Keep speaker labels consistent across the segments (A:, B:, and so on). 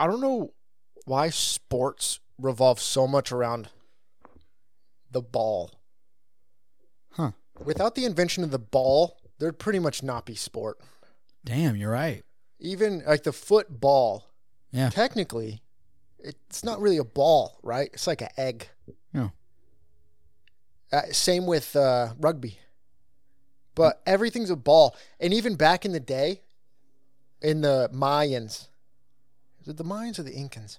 A: don't know why sports revolve so much around the ball.
B: Huh.
A: Without the invention of the ball, there'd pretty much not be sport.
B: Damn, you're right.
A: Even like the football,
B: Yeah.
A: technically, it's not really a ball, right? It's like an egg.
B: Yeah.
A: Uh, same with uh, rugby. But everything's a ball. And even back in the day, in the Mayans, is it the Mayans or the Incans?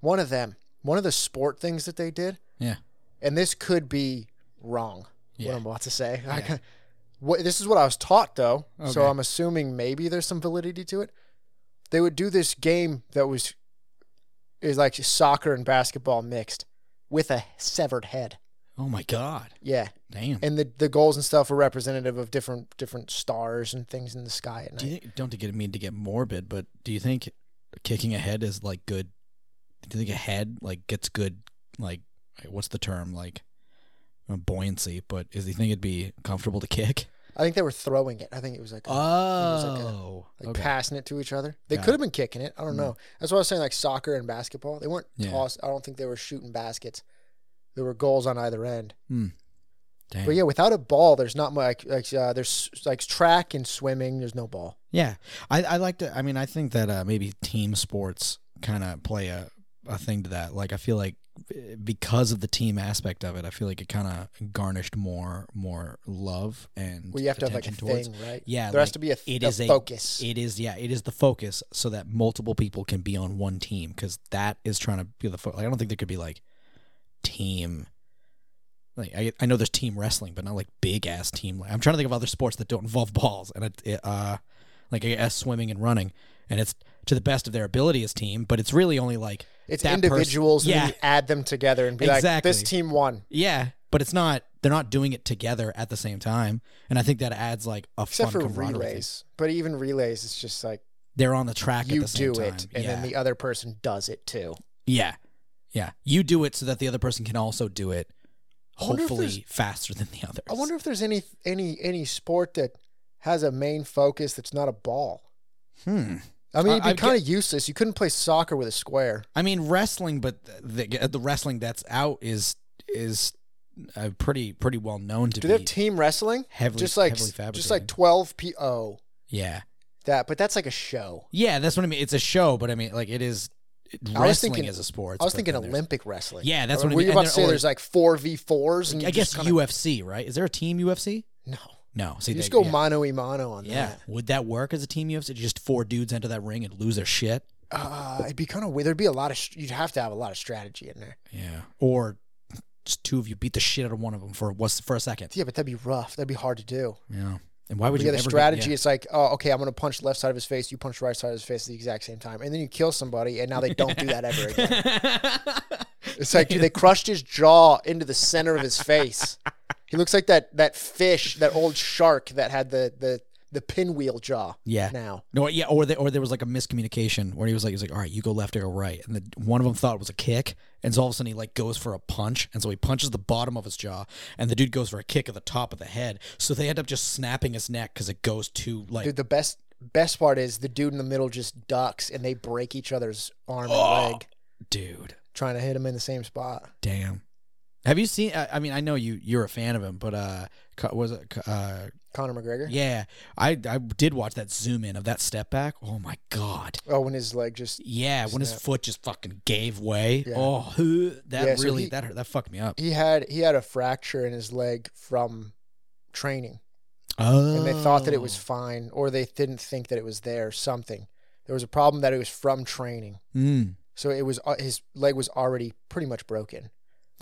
A: One of them, one of the sport things that they did,
B: Yeah.
A: and this could be wrong,
B: Yeah.
A: what I'm about to say. I
B: Yeah.
A: can- what, this is what I was taught, though. So
B: Okay.
A: I'm assuming maybe there's some validity to it. They would do this game that was is like soccer and basketball mixed with a severed head.
B: Oh my god.
A: Yeah,
B: Damn.
A: and the the goals and stuff were representative of different different stars and things in the sky at night.
B: Do you think, don't to get mean to get morbid, but do you think kicking a head is like good? Do you think a head like gets good like what's the term like uh, buoyancy? But is do you think it'd be comfortable to kick?
A: I think they were throwing it. I think it was like a- like a-
B: Oh,
A: like
B: Uh, okay.
A: passing it to each other. They
B: Got
A: could have been kicking it. I don't
B: Mm.
A: know. That's what I was saying. Like soccer and basketball, they weren't
B: Yeah.
A: tossed. I don't think they were shooting baskets. There were goals on either end.
B: Damn.
A: But yeah, without a ball, there's not much. Like uh, there's like track and swimming. There's no ball.
B: Yeah, I, I like to. I mean, I think that uh, maybe team sports kind of play a, a thing to that. Like, I feel like eh, because of the team aspect of it, I feel like it kind of garnished more more love and
A: Well, you have to have like a
B: attention towards.
A: thing, right?
B: Yeah,
A: There has
B: like,
A: to be a,
B: it
A: a
B: is a-
A: focus.
B: It is, yeah, it is the focus so that multiple people can be on one team because that is trying to be the focus. I don't think there could be like team. Like I, I know there's team wrestling, but not like big ass team. Like, I'm trying to think of other sports that don't involve balls and it, it uh, like I guess swimming and running, and it's to the best of their ability as team, but it's really only like
A: it's
B: that person-
A: individuals. and then
B: yeah.
A: you add them together and be like,
B: Exactly.
A: this team won.
B: yeah, but it's not. They're not doing it together at the same time, and I think that adds like a
A: Except
B: fun
A: for
B: camaraderie thing.
A: relays, but even relays, it's just like
B: They're on the track.
A: you
B: at the same
A: do
B: time.
A: it, and
B: yeah.
A: then the other person does it too.
B: Yeah. Yeah. You do it so that the other person can also do it
A: I wonder if
B: hopefully faster than the others.
A: I wonder if there's any any any sport that has a main focus that's not a ball.
B: Hmm.
A: I mean,
B: I-
A: it'd be
B: I'd
A: kind of useless. You couldn't play soccer with a square.
B: I mean wrestling but the the wrestling that's out is is uh, pretty pretty well known to
A: Do
B: be
A: they have team wrestling?
B: heavily
A: just like
B: heavily fabricated.
A: just like twelve p. Oh,
B: Yeah.
A: that. But that's like a show.
B: Yeah, that's what I mean. It's a show, but I mean like it is wrestling
A: thinking-
B: is a sport.
A: I was
B: but
A: thinking
B: then there's-
A: Olympic wrestling.
B: Yeah, that's
A: Or
B: what I
A: Were
B: mean.
A: you
B: And
A: about to
B: there-
A: say
B: or-
A: there's like four v fours? and
B: I
A: you
B: guess
A: just kinda-
B: UFC, right? Is there a team UFC?
A: No,
B: No. See,
A: you just
B: they-
A: go
B: yeah.
A: mano a mano on
B: yeah.
A: that.
B: Would that work as a team UFC? Just four dudes enter that ring and lose their shit?
A: Uh, it'd be kind of weird. There'd be a lot of. sh- You'd have to have a lot of strategy in there.
B: Yeah. Or just two of you beat the shit out of one of them for what's for a second.
A: Yeah, but that'd be rough. That'd be hard to do.
B: Yeah. And why would
A: But
B: you
A: yeah, the
B: ever
A: strategy
B: Get,
A: is like, oh, okay, I'm gonna punch left side of his face, you punch right side of his face at the exact same time, and then you kill somebody, and now they don't do that ever again. It's like dude, they crushed his jaw into the center of his face. He looks like that that fish, that old shark that had the the the pinwheel jaw.
B: yeah. yeah.
A: Now,
B: No, yeah, or they, or there was like a miscommunication where he was like, he was like, all right, you go left, I go right, and the, one of them thought it was a kick, and so all of a sudden he like goes for a punch, and so he punches the bottom of his jaw, and the dude goes for a kick at the top of the head, so they end up just snapping his neck because it goes too like
A: dude, the best best part is the dude in the middle just ducks, and they break each other's arm and leg
B: dude,
A: trying to hit him in the same spot.
B: damn. Have you seen? I, I mean, I know you you're a fan of him, but uh, co- was it co- uh
A: Conor McGregor.
B: Yeah, I I did watch that zoom in of that step back. Oh my god.
A: Oh, when his leg just
B: Yeah, when his
A: Snap.
B: foot just fucking gave way.
A: Yeah.
B: Oh, who that
A: Yeah, so
B: really
A: he-
B: that hurt, that fucked me up.
A: he had he had a fracture in his leg from training.
B: Oh,
A: and they thought that it was fine or they didn't think that it was there something there was a problem that it was from training
B: Mm,
A: so it was uh, his leg was already pretty much broken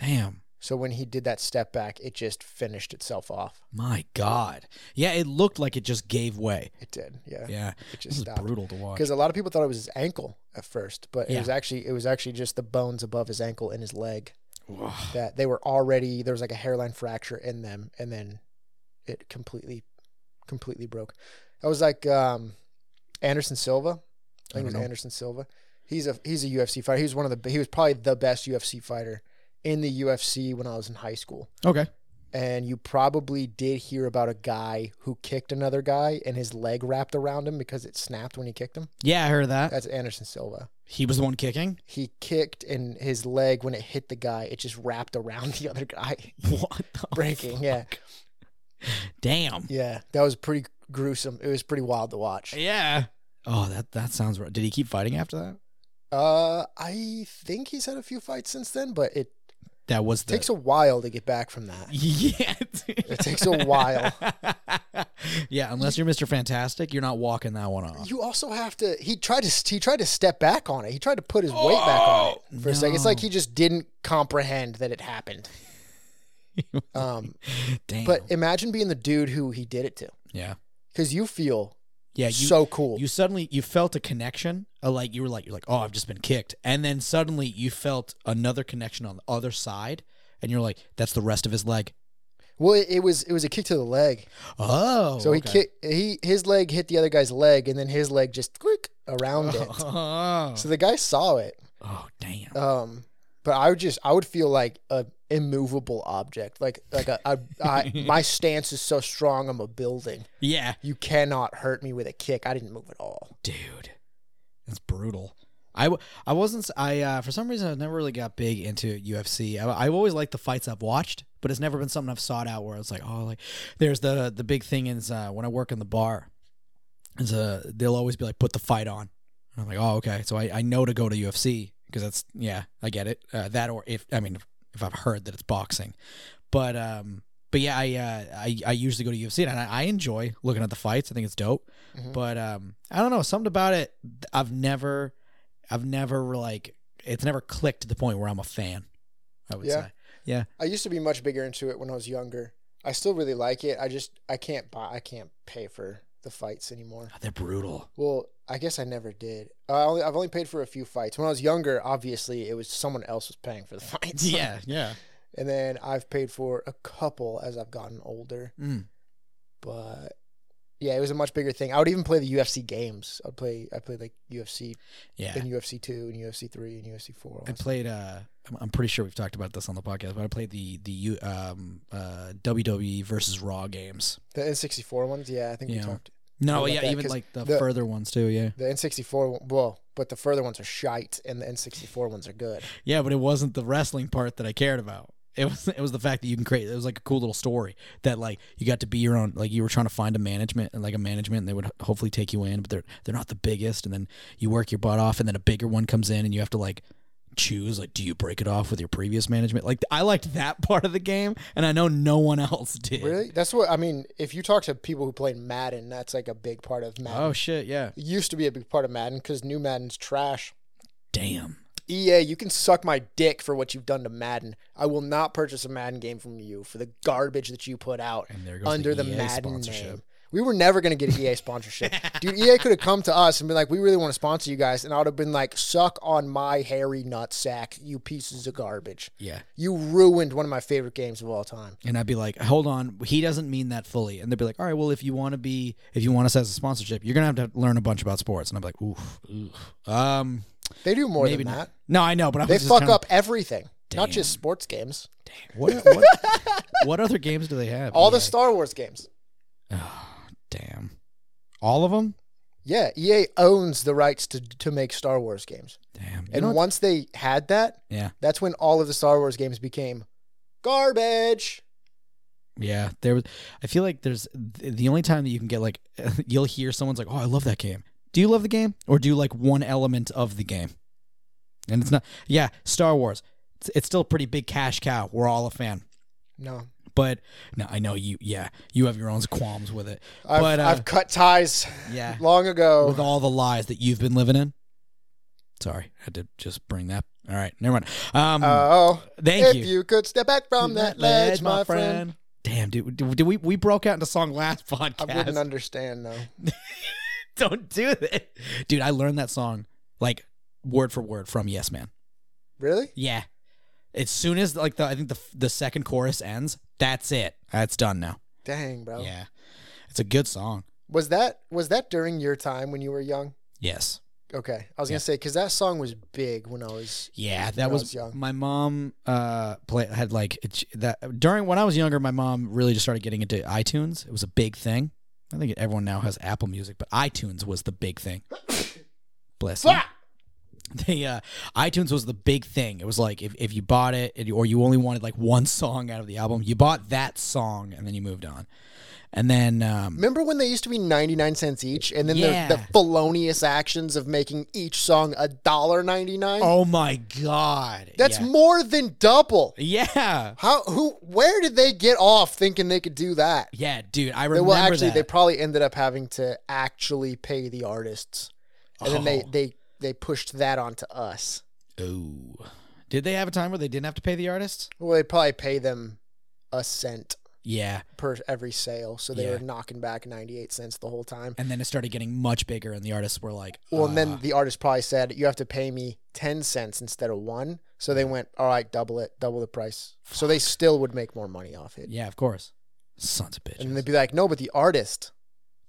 B: damn.
A: so when he did that step back it just finished itself off
B: My God. Yeah, it looked like it just gave way.
A: it did yeah,
B: Yeah.
A: it
B: This
A: just
B: is
A: stopped
B: brutal to watch.
A: because a lot of people thought it was his ankle at first but it
B: Yeah.
A: was actually it was actually just the bones above his ankle and his leg
B: Ugh.
A: that they were already there was like a hairline fracture in them and then it completely completely broke that was like um anderson silva i
B: I
A: think it was
B: don't know.
A: anderson silva he's a he's a ufc fighter he was one of the he was probably the best ufc fighter in the ufc when i was in high school
B: Okay.
A: and you probably did hear about a guy who kicked another guy and his leg wrapped around him because it snapped when he kicked him.
B: Yeah, I heard that.
A: That's Anderson Silva.
B: He was the one kicking.
A: He kicked and his leg when it hit the guy, it just wrapped around the other guy,
B: What? The
A: breaking. Yeah,
B: Damn.
A: yeah, that was pretty gruesome. It was pretty wild to watch.
B: Yeah. Oh, that that sounds right. Did he keep fighting after that?
A: Uh, I think he's had a few fights since then, but it
B: That was the
A: takes a while to get back from that.
B: yeah.
A: It takes a while.
B: yeah, unless you're Mr. Fantastic, you're not walking that one off.
A: You also have to. He tried to. He tried to step back on it. He tried to put his weight back on it for a second. It's like
B: Oh, No.
A: he just didn't comprehend that it happened. Um,
B: Damn.
A: but imagine being the dude who he did it to,
B: yeah,
A: because you feel
B: yeah. You,
A: so cool.
B: you suddenly you felt a connection. uh, Like you were like you're like oh I've just been kicked, and then suddenly you felt another connection on the other side, and you're like that's the rest of his leg.
A: well, it, it was it was a kick to the leg.
B: Oh,
A: so he
B: okay.
A: kick he his leg hit the other guy's leg, and then his leg just quick around it.
B: Oh,
A: So the guy saw it.
B: oh damn.
A: Um, but I would just I would feel like a immovable object, like like a, a I, my stance is so strong. I'm a building.
B: yeah,
A: You cannot hurt me with a kick. I didn't move at all.
B: dude, that's brutal. I, w- I wasn't s- I uh, for some reason I never really got big into UFC. I, I've always liked the fights I've watched, but it's never been something I've sought out. Where it's like, oh, like there's the the big thing is uh, when I work in the bar, is uh they'll always be like put the fight on. And I'm like, oh okay, so I, I know to go to UFC because that's yeah I get it uh, that or if I mean if, if I've heard that it's boxing, but um but yeah I uh, I I usually go to UFC and I, I enjoy looking at the fights. I think it's dope.
A: Mhm.
B: But um, I don't know. Something about it, I've never, I've never like, it's never clicked to the point where I'm a fan. I would
A: Yeah.
B: say.
A: I used to be much bigger into it when I was younger. I still really like it. I just I can't buy I can't pay for the fights anymore.
B: God, Oh, they're brutal.
A: Well, I guess I never did. I only, I've only paid for a few fights. When I was younger, obviously it was someone else was paying for the fights.
B: yeah, yeah.
A: and then I've paid for a couple as I've gotten older.
B: Mm.
A: But yeah, it was a much bigger thing. I would even play the UFC games. I'd play I played like UFC
B: Yeah.
A: and UFC two and UFC three and UFC four. all
B: I
A: that stuff.
B: played. Uh, I'm, I'm pretty sure we've talked about this on the podcast, but I played the the U- um uh WWE versus Raw games.
A: The N sixty four ones, yeah, I think
B: Yeah.
A: we talked.
B: No,
A: What about
B: yeah,
A: that?
B: even
A: 'Cause
B: like the,
A: the-
B: further ones too. Yeah,
A: The N sixty four, well, but the further ones are shite, and the N sixty four ones are good.
B: yeah, but it wasn't the wrestling part that I cared about. It was it was the fact that you can create. It was like a cool little story that like you got to be your own. Like you were trying to find a management and like a management, and they would hopefully take you in, but they're they're not the biggest. And then you work your butt off, and then a bigger one comes in, and you have to like choose like do you break it off with your previous management? Like I liked that part of the game, and I know no one else did.
A: Really, that's what I mean. If you talk to people who played Madden, that's like a big part of Madden.
B: Oh shit! Yeah.
A: It used to be a big part of Madden because new Madden's trash.
B: Damn.
A: EA, you can suck my dick for what you've done to Madden. I will not purchase a Madden game from you for the garbage that you put out
B: And there goes
A: under the,
B: EA
A: Madden
B: sponsorship.
A: name. We were never going to get an EA sponsorship. Dude, EA could have come to us and been like, we really want to sponsor you guys. And I would have been like, suck on my hairy nutsack, you pieces of garbage.
B: Yeah.
A: You ruined one of my favorite games of all time.
B: And I'd be like, hold on, he doesn't mean that fully. And they'd be like, all right, well, if you want to be, if you want us as a sponsorship, you're gonna have to learn a bunch about sports. And I'm like, oof, oof. um,
A: They do more
B: maybe
A: than
B: not.
A: that.
B: No, I know, but I
A: They
B: was just
A: fuck
B: kinda-
A: up everything, not just sports games.
B: What, what, what other games do they have?
A: All the
B: EA?
A: Star Wars games.
B: Damn, all of them.
A: Yeah, EA owns the rights to, to make Star Wars games.
B: Damn. You
A: And
B: know what-
A: once they had that,
B: yeah,
A: That's when all of the Star Wars games became garbage.
B: yeah. There was. I feel like there's th- the only time that you can get like, you'll hear someone's like, oh, I love that game. Do you love the game, or do you like one element of the game? And it's not. Yeah, Star Wars. It's, it's still a pretty big cash cow. We're all a fan.
A: No,
B: But no, I know you. Yeah, you have your own qualms with it.
A: I've,
B: but uh,
A: I've cut ties
B: yeah,
A: long ago.
B: with all the lies that you've been living in. Sorry, I had to just bring that. All right, never mind. Um,
A: oh,
B: thank
A: if
B: you.
A: you. could step back from that ledge, my friend.
B: Damn, dude, did, did we we broke out into song last
A: I wouldn't
B: podcast?
A: understand though.
B: Don't do that, dude. I learned that song like word for word from Yes Man.
A: Really?
B: Yeah, as soon as like the I think the the second chorus ends, that's it. That's done now.
A: Dang, bro.
B: Yeah, it's a good song.
A: Was that was that during your time when you were young?
B: Yes.
A: Okay, I was
B: Yeah.
A: gonna say because that song was big when I was.
B: Yeah,
A: I
B: that was,
A: was young.
B: my mom. Uh, play, had like it, that during when I was younger. My mom really just started getting into iTunes. It was a big thing. I think everyone now has Apple Music, but iTunes was the big thing. Bless you. They uh, iTunes was the big thing. It was like if, if you bought it and- or you only wanted like one song out of the album, you bought that song and then you moved on. And then um,
A: Remember when they used to be ninety nine cents each, and then
B: Yeah.
A: the, the felonious actions of making each song a dollar ninety nine?
B: oh my god,
A: That's
B: yeah.
A: more than double.
B: yeah,
A: How? Who? Where did they get off thinking they could do that?
B: yeah, dude. I
A: They-
B: remember
A: well, actually,
B: that.
A: they probably ended up having to actually pay the artists, and then they
B: Oh.
A: they they pushed that onto us.
B: Oh. Did they have a time where they didn't have to pay the artists?
A: Well, they probably pay them a cent
B: Yeah.
A: per every sale, so they
B: Yeah.
A: were knocking back ninety eight cents the whole time.
B: And then it started getting much bigger, and the artists were like,
A: Well, and
B: uh,
A: then the artist probably said, "You have to pay me ten cents instead of one." So they went, "All right, double it, double the price." So they still would make more money off it,
B: yeah, of course. Sons of bitches.
A: and they'd be like, "No, but the artist."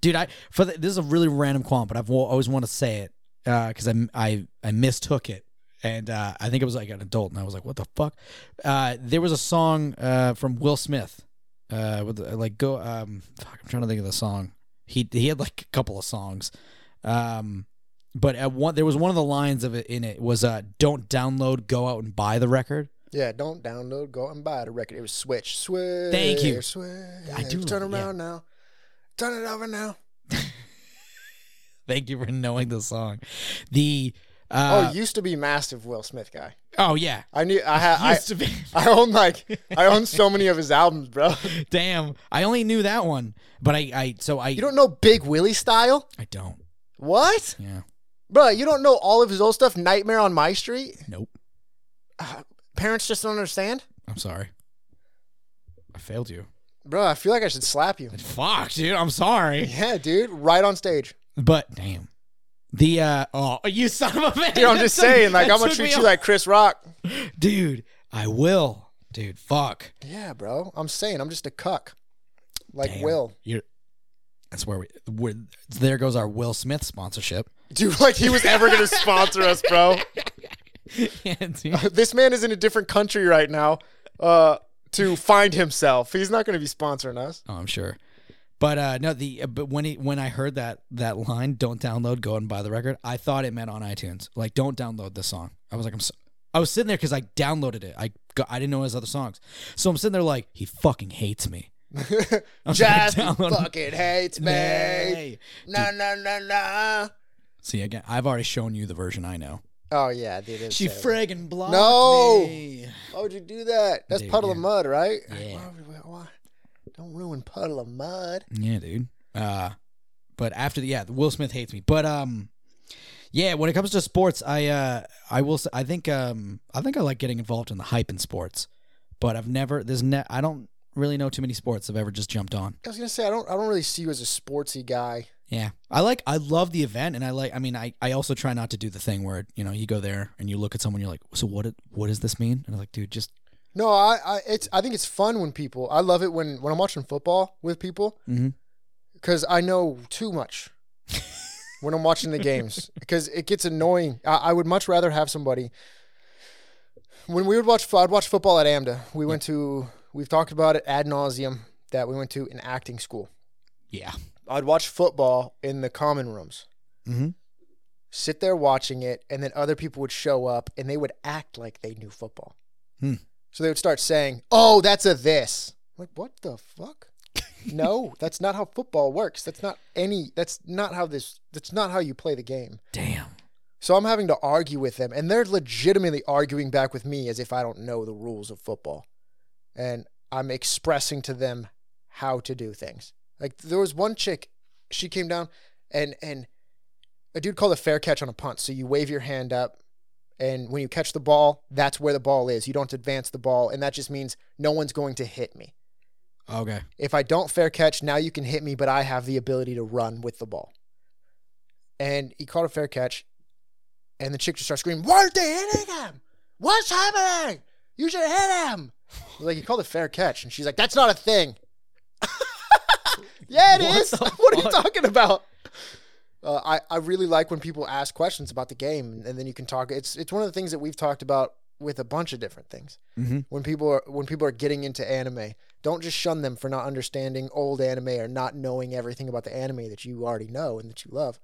B: Dude, I for the, this is a really random qualm, but I've wa- always want to say it because I, I I mistook it, and uh, I think it was like an adult, and I was like, "What the fuck?" Uh, there was a song uh, from Will Smith, uh, with uh, like go. Um, fuck, I'm trying to think of the song. He he had like a couple of songs, um, but at one there was one of the lines of it in it was uh, "Don't download, go out and buy the record."
A: Yeah, don't download, go and buy the record. It was Switch. Switch.
B: Thank you.
A: Switch.
B: I do
A: Turn
B: love-
A: around now. Turn it over now.
B: Thank you for knowing the song. The uh,
A: oh, used to be massive Will Smith guy.
B: oh yeah,
A: I knew I had I,
B: Used to be-
A: I own like I own so many of his albums, bro.
B: Damn, I only knew that one, but I, I so I,
A: You don't know Big Willie style?
B: I don't.
A: What?
B: Yeah,
A: Bro, you don't know all of his old stuff, Nightmare on My Street?
B: nope.
A: Parents just don't understand?
B: I'm sorry. I failed you.
A: Bro, I feel like I should slap you.
B: Fuck, dude. I'm sorry.
A: Yeah, dude, right on stage.
B: But damn, the uh oh, you son of a bitch.
A: Dude, I'm just saying, like, I'm gonna treat you like Chris Rock.
B: dude. I will, dude. Fuck.
A: Yeah, bro, I'm saying, I'm just a cuck, like
B: Damn.
A: Will.
B: You're. That's where we. Where there goes our Will Smith sponsorship.
A: Dude, like he was ever gonna sponsor us, bro.
B: yeah, dude.
A: This man is in a different country right now, uh, to find himself. He's not gonna be sponsoring us.
B: Oh, I'm sure. But uh, no, the uh, but when he when I heard that that line, don't download, go and buy the record. I thought it meant on iTunes, like don't download this song. I was like, I'm, so, I was sitting there because I downloaded it. I got, I didn't know his other songs, so I'm sitting there like he fucking hates me. I'm gonna
A: Just
B: download-
A: fucking hates me.
B: Hey.
A: No, no, no, no.
B: See again, I've already shown you the version I know.
A: Oh yeah, dude. it's
B: She
A: terrible.
B: friggin' blocked
A: No.
B: me.
A: Why would you do that? That's
B: Dude,
A: puddle of
B: yeah.
A: mud, right?
B: Yeah.
A: Why would we- why? Don't ruin puddle of mud.
B: Yeah, dude. Uh, but after the yeah, Will Smith hates me. But um, yeah, when it comes to sports, I uh, I will. s- I think um, I think I like getting involved in the hype in sports. But I've never there's ne- I don't really know too many sports I've ever just jumped on.
A: I was gonna say I don't. I don't really see you as a sportsy guy.
B: Yeah, I like I love the event, and I like. I mean, I I also try not to do the thing where you know you go there and you look at someone, you're like, so what? it- What does this mean? And I'm like, dude, just
A: No, I, I it's I think it's fun when people I love it when when I'm watching football with people
B: Mhm.
A: cuz I know too much when I'm watching the games cuz it gets annoying. I, I would much rather have somebody when we would watch I'd watch football at AMDA. We went to we've talked about it ad nauseum that we went to an acting school.
B: yeah,
A: I'd watch football in the common rooms.
B: Mhm.
A: Sit there watching it, and then other people would show up and they would act like they knew football.
B: Hmm.
A: So they would start saying, "Oh, that's a this." I'm like, what the fuck? no, that's not how football works. That's not any. That's not how this. That's not how you play the game.
B: damn,
A: So I'm having to argue with them, and they're legitimately arguing back with me as if I don't know the rules of football. And I'm expressing to them how to do things. Like there was one chick, she came down and and a dude called a fair catch on a punt. So you wave your hand up and when you catch the ball, that's where the ball is. You don't advance the ball, and that just means no one's going to hit me.
B: okay,
A: If I don't fair catch, now you can hit me, but I have the ability to run with the ball. And he caught a fair catch, and the chick just starts screaming, Why aren't they hitting him? What's happening? You should hit him. I was like, he called a fair catch, and she's like, That's not a thing. yeah, it
B: What
A: is.
B: the
A: What are you
B: fuck?
A: talking about? uh, I I really like when people ask questions about the game, and then you can talk. It's it's one of the things that we've talked about with a bunch of different things.
B: Mhm.
A: When people are when people are getting into anime, don't just shun them for not understanding old anime or not knowing everything about the anime that you already know and that you love.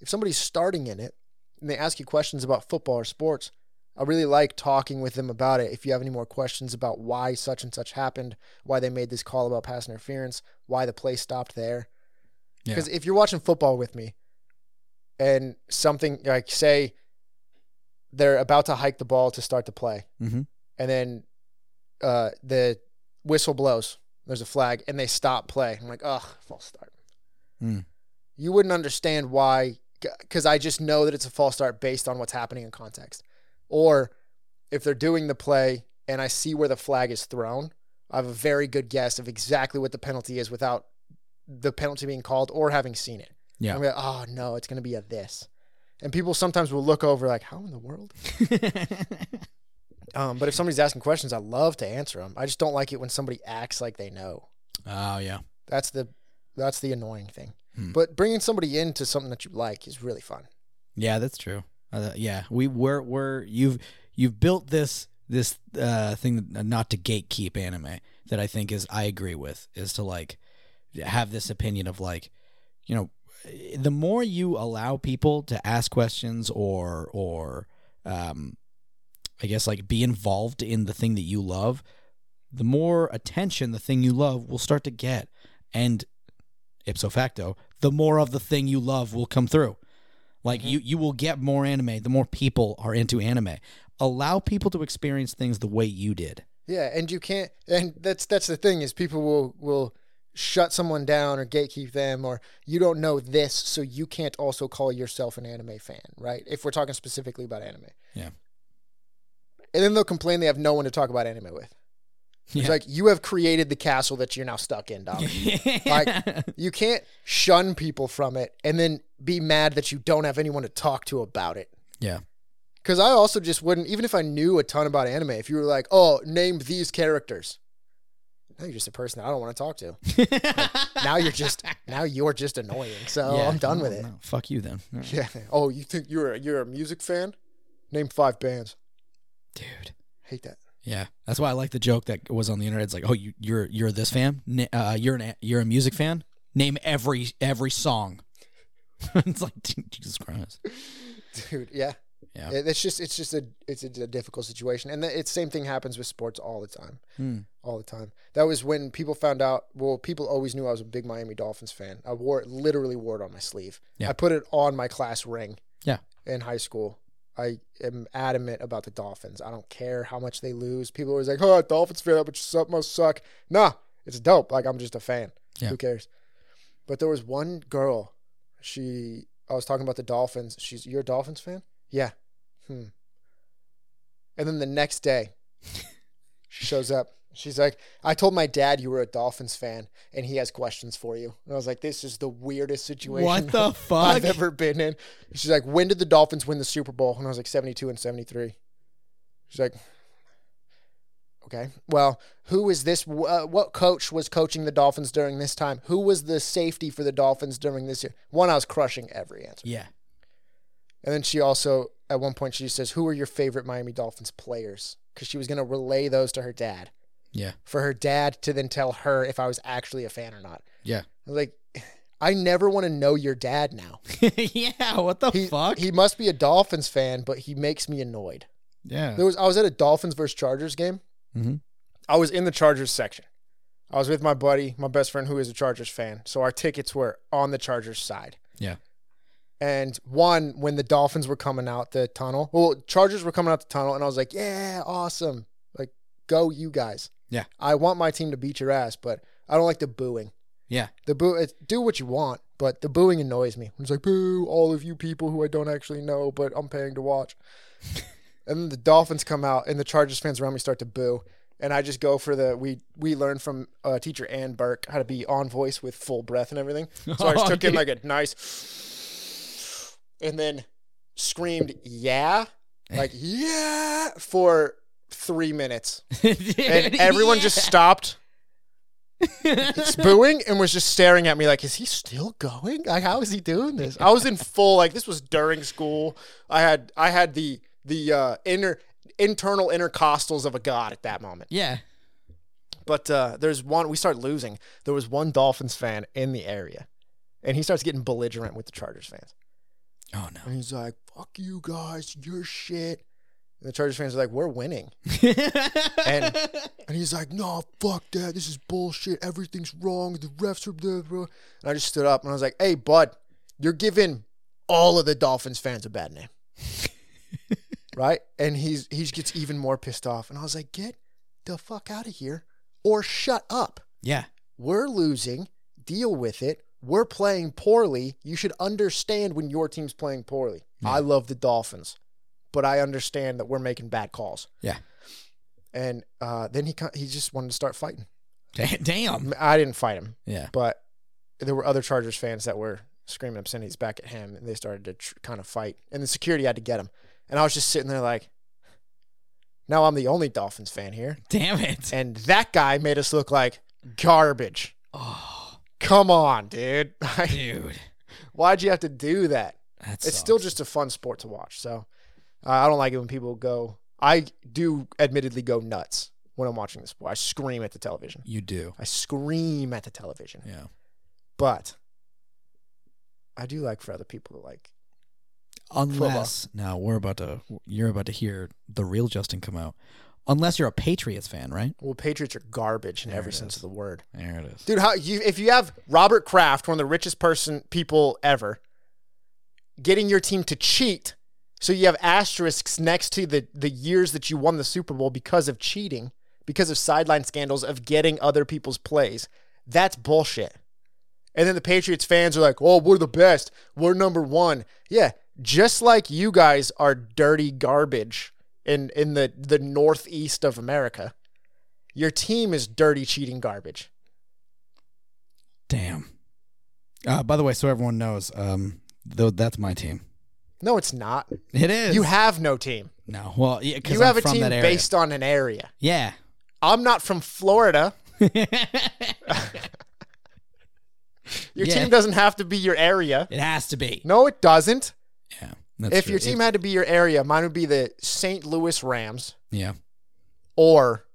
A: If somebody's starting in it and they ask you questions about football or sports, I really like talking with them about it. If you have any more questions about why such and such happened, why they made this call about pass interference, why the play stopped there.
B: Yeah.
A: Because if you're watching football with me and something like, say, they're about to hike the ball to start the play,
B: Mhm.
A: and then uh, the whistle blows, there's a flag, and they stop play. I'm like, ugh, false start.
B: Mm.
A: You wouldn't understand why, because I just know that it's a false start based on what's happening in context. Or if they're doing the play and I see where the flag is thrown, I have a very good guess of exactly what the penalty is without the penalty being called or having seen it.
B: Yeah.
A: I'm like, oh no, it's gonna be a this. And people sometimes will look over like, how in the world? Um, but if somebody's asking questions, I love to answer them. I just don't like it when somebody acts like they know.
B: oh yeah.
A: That's the that's the annoying thing.
B: Hmm.
A: But bringing somebody into something that you like is really fun.
B: Yeah, that's true. Uh, yeah, we were we're you've you've built this this uh, thing not to gatekeep anime that I think is I agree with is to like have this opinion of like you know the more you allow people to ask questions or or um, I guess like be involved in the thing that you love, the more attention the thing you love will start to get, and ipso facto, the more of the thing you love will come through. Like
A: Mhm.
B: you, you will get more anime the more people are into anime. Allow people to experience things the way you did.
A: Yeah, and you can't and that's that's the thing is people will will shut someone down or gatekeep them or you don't know this so you can't also call yourself an anime fan, right? If we're talking specifically about anime.
B: Yeah.
A: And then they'll complain they have no one to talk about anime with. It's
B: Yeah.
A: like you have created the castle that you're now stuck in, dog. Like- You can't shun people from it and then be mad that you don't have anyone to talk to about it.
B: Yeah.
A: Because I also just wouldn't, even if I knew a ton about anime, if you were like, oh, name these characters. Now you're just a person that I don't want to talk to. Now you're just, now you're just annoying. So
B: Yeah.
A: I'm done with
B: No,
A: it.
B: no. Fuck you then,
A: Yeah. Oh, you think you're a, you're a music fan? Name five bands.
B: dude.
A: Hate that.
B: Yeah, that's why I like the joke that was on the internet. It's like, oh, you, you're you're this fan. Na- Uh, you're an a- you're a music fan. Name every every song. it's like dude, Jesus Christ.
A: Dude, yeah.
B: Yeah.
A: It- It's just, it's just a, it's a difficult situation. And the it's same thing happens with sports all the time.
B: Hmm.
A: all the time. That was when people found out. Well, people always knew I was a big Miami Dolphins fan. I wore it, literally wore it on my sleeve.
B: Yeah.
A: I put it on my class ring.
B: Yeah.
A: In high school, I am adamant about the Dolphins. I don't care how much they lose. People are always like, "Oh, Dolphins fan, but you must suck." Nah, it's dope. Like I'm just a fan.
B: Yeah.
A: Who cares? But there was one girl. She, I was talking about the Dolphins. She's, "You're a Dolphins fan?" Yeah. Hmm. And then the next day, she shows up. She's like, I told my dad you were a Dolphins fan and he has questions for you. And I was like, this is the weirdest situation
B: What the
A: I've
B: fuck?
A: ever been in. She's like, when did the Dolphins win the Super Bowl? And I was like, 72 and 73. She's like, okay. Well, who is this? Uh, what coach was coaching the Dolphins during this time? Who was the safety for the Dolphins during this year? One, I was crushing every answer.
B: yeah.
A: And then she also, at one point, she says, Who are your favorite Miami Dolphins players? Because she was going to relay those to her dad.
B: Yeah.
A: For her dad to then tell her if I was actually a fan or not.
B: Yeah.
A: I was like, I never want to know your dad now.
B: yeah. What the
A: He,
B: fuck?
A: he must be a Dolphins fan, but he makes me annoyed.
B: yeah.
A: There was I was at a Dolphins versus Chargers game.
B: Mhm.
A: I was in the Chargers section. I was with my buddy, my best friend, who is a Chargers fan. So our tickets were on the Chargers side.
B: Yeah.
A: And one, when the Dolphins were coming out the tunnel, well, Chargers were coming out the tunnel, and I was like, "Yeah, awesome! Like, go you guys!"
B: Yeah.
A: I want my team to beat your ass, but I don't like the booing.
B: Yeah.
A: The boo, it's, do what you want, but the booing annoys me. It's like, "Boo! All of you people who I don't actually know, but I'm paying to watch." And then the Dolphins come out, and the Chargers fans around me start to boo. And I just go for the we we learned from uh, teacher Ann Burke how to be on voice with full breath and everything. So I just
B: Oh,
A: took in
B: dude.
A: like a nice, and then screamed yeah, like yeah for three minutes, and everyone just stopped It's booing and was just staring at me like, is he still going? Like, how is he doing this? I was in full like this was during school. I had I had the the uh, inner internal intercostals of a god at that moment.
B: yeah.
A: But uh, there's one, we start losing. There was one Dolphins fan in the area, and he starts getting belligerent with the Chargers fans.
B: Oh no.
A: And he's like, fuck you guys, your shit. And the Chargers fans are like, we're winning.
B: and
A: And he's like, no, fuck that. This is bullshit. Everything's wrong. The refs are. Blah, blah. And I just stood up and I was like, hey, bud, you're giving all of the Dolphins fans a bad name. right? And he's he gets even more pissed off. And I was like, get the fuck out of here or shut up.
B: yeah,
A: We're losing. Deal with it. We're playing poorly. You should understand when your team's playing poorly. I love the Dolphins, but I understand that we're making bad calls.
B: Yeah.
A: And uh, then he co- he just wanted to start fighting.
B: Da- damn.
A: I didn't fight him,
B: Yeah,
A: but there were other Chargers fans that were screaming obscenities back at him, and they started to tr- kind of fight. And the security had to get him. And I was just sitting there like, now I'm the only Dolphins fan here,
B: damn it.
A: and that guy made us look like garbage.
B: Oh,
A: Come on, dude.
B: dude,
A: Why'd you have to do that?
B: that's
A: It's still just a fun sport to watch. So uh, I don't like it when people go. I do admittedly go nuts when I'm watching this sport. I scream at the television.
B: you do.
A: I scream at the television.
B: Yeah.
A: But I do like for other people to like.
B: Unless now we're about to you're about to hear the real Justin come out. Unless you're a Patriots fan, right?
A: Well, Patriots are garbage in
B: There
A: every
B: it
A: sense
B: is.
A: of the word,
B: There it is.
A: dude. How you if you have Robert Kraft, one of the richest person people ever, getting your team to cheat, so you have asterisks next to the the years that you won the Super Bowl because of cheating, because of sideline scandals of getting other people's plays. That's bullshit. And then the Patriots fans are like, oh, we're the best. We're number one. Yeah. Just like you guys are dirty garbage in, in the, the northeast of America, your team is dirty, cheating garbage.
B: Damn. Uh, by the way, so everyone knows, um, though that's my team.
A: No, it's not.
B: It is.
A: You have no team.
B: no. Well, yeah, because
A: You have a
B: from
A: team
B: that area.
A: based on an area.
B: Yeah.
A: I'm not from Florida.
B: it
A: Your
B: Yeah.
A: team doesn't have to be your area.
B: has to be.
A: No, it doesn't.
B: Yeah. That's
A: if
B: true.
A: your team
B: It-
A: had to be your area, mine would be the St. Louis Rams
B: yeah,
A: or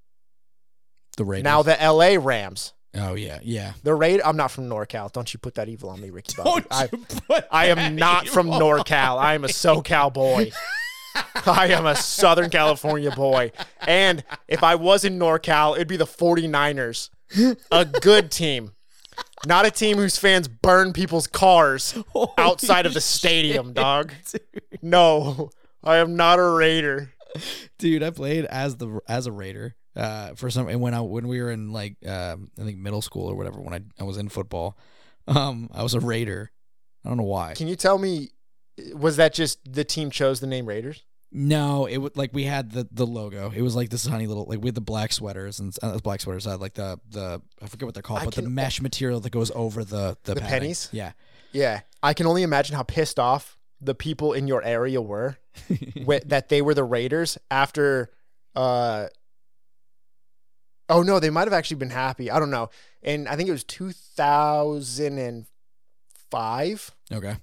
B: the Raiders.
A: now the LA Rams.
B: oh yeah, yeah.
A: The raid. I'm not from NorCal. Don't you put that evil on me, Ricky Bobby.
B: Don't
A: I,
B: you put
A: I
B: that
A: am not from
B: evil-
A: NorCal. I am a SoCal boy. I am a Southern California boy. And if I was in NorCal, it'd be the 49ers, a good team, not a team whose fans burn people's cars outside of the stadium, dog. No, I am not a raider.
B: dude i played as the as a raider uh for some and when i when we were in like um i think middle school or whatever when i, I was in football um i was a raider i don't know why
A: Can you tell me, was that just the team chose the name Raiders?
B: no it would like we had the the logo it was like this tiny little like we had the black sweaters and uh, black sweaters i had like the the i forget what they're called
A: I
B: but the
A: can-
B: mesh material that goes over the
A: The
B: the, padding.
A: pennies?
B: yeah
A: Yeah, I can only imagine how pissed off the people in your area were wi- that they were the Raiders after. Uh, oh no, they might have actually been happy. I don't know. And I think it was 2005.
B: okay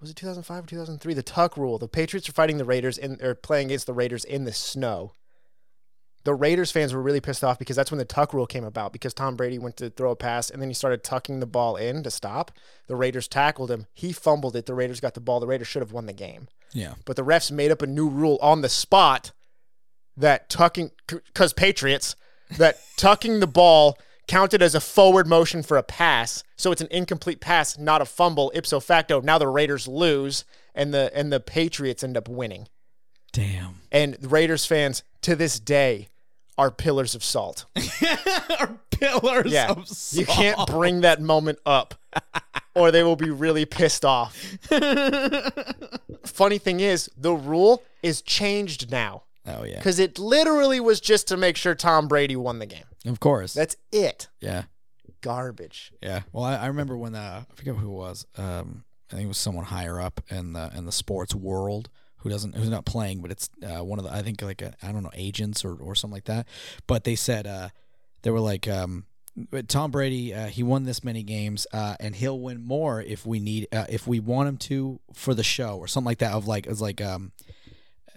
A: Was it 2005 or 2003? The Tuck Rule. The Patriots are fighting the Raiders in or playing against the Raiders in the snow. The Raiders fans were really pissed off because that's when the Tuck Rule came about. Because Tom Brady went to throw a pass and then he started tucking the ball in to stop. The Raiders tackled him. He fumbled it. The Raiders got the ball. The Raiders should have won the game.
B: yeah
A: But the refs made up a new rule on the spot that tucking because Patriots that tucking the ball counted as a forward motion for a pass. So it's an incomplete pass, not a fumble. Ipso facto, now the Raiders lose and the and the Patriots end up winning.
B: damn
A: And the Raiders fans to this day are pillars of salt.
B: our pillars
A: Yeah.
B: of
A: You
B: salt.
A: can't bring that moment up or they will be really pissed off. Funny thing is, the rule is changed now.
B: oh yeah
A: because it literally was just to make sure Tom Brady won the game.
B: of course
A: That's it.
B: yeah
A: Garbage.
B: Yeah. Well, I, I remember when uh, I forget who it was. Um, I think it was someone higher up in the in the sports world who doesn't who's not playing, but it's uh, one of the I think like I I don't know agents or or something like that. But they said uh, they were like um, But Tom Brady, uh, he won this many games, uh, and he'll win more if we need, uh, if we want him to for the show or something like that. Of like, it's like, um,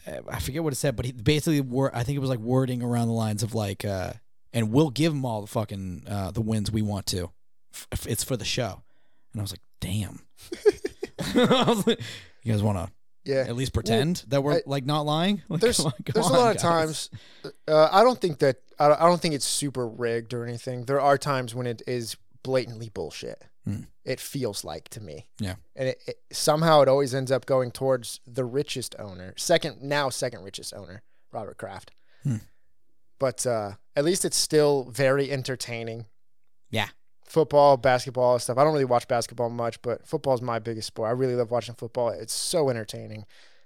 B: uh, I forget what it said, but he basically, wor- I think it was like wording around the lines of like, uh, and we'll give him all the fucking uh, the wins we want to. F- if it's for the show, and I was like, damn. I was like, you guys want to
A: Yeah.
B: at least pretend that we're
A: I-
B: like not lying? Like,
A: there's
B: come on- come
A: there's
B: on,
A: a lot
B: guys.
A: of times. Uh, I don't think that I don't, I don't think it's super rigged or anything. There are times when it is blatantly bullshit.
B: Hmm.
A: It feels like to me.
B: Yeah.
A: and it, it somehow it always ends up going towards the richest owner, second now second richest owner, Robert Kraft.
B: Hmm.
A: But uh, at least it's still very entertaining.
B: Yeah.
A: Football, basketball, stuff. I don't really watch basketball much, but football is my biggest sport. I really love watching football. It's so entertaining.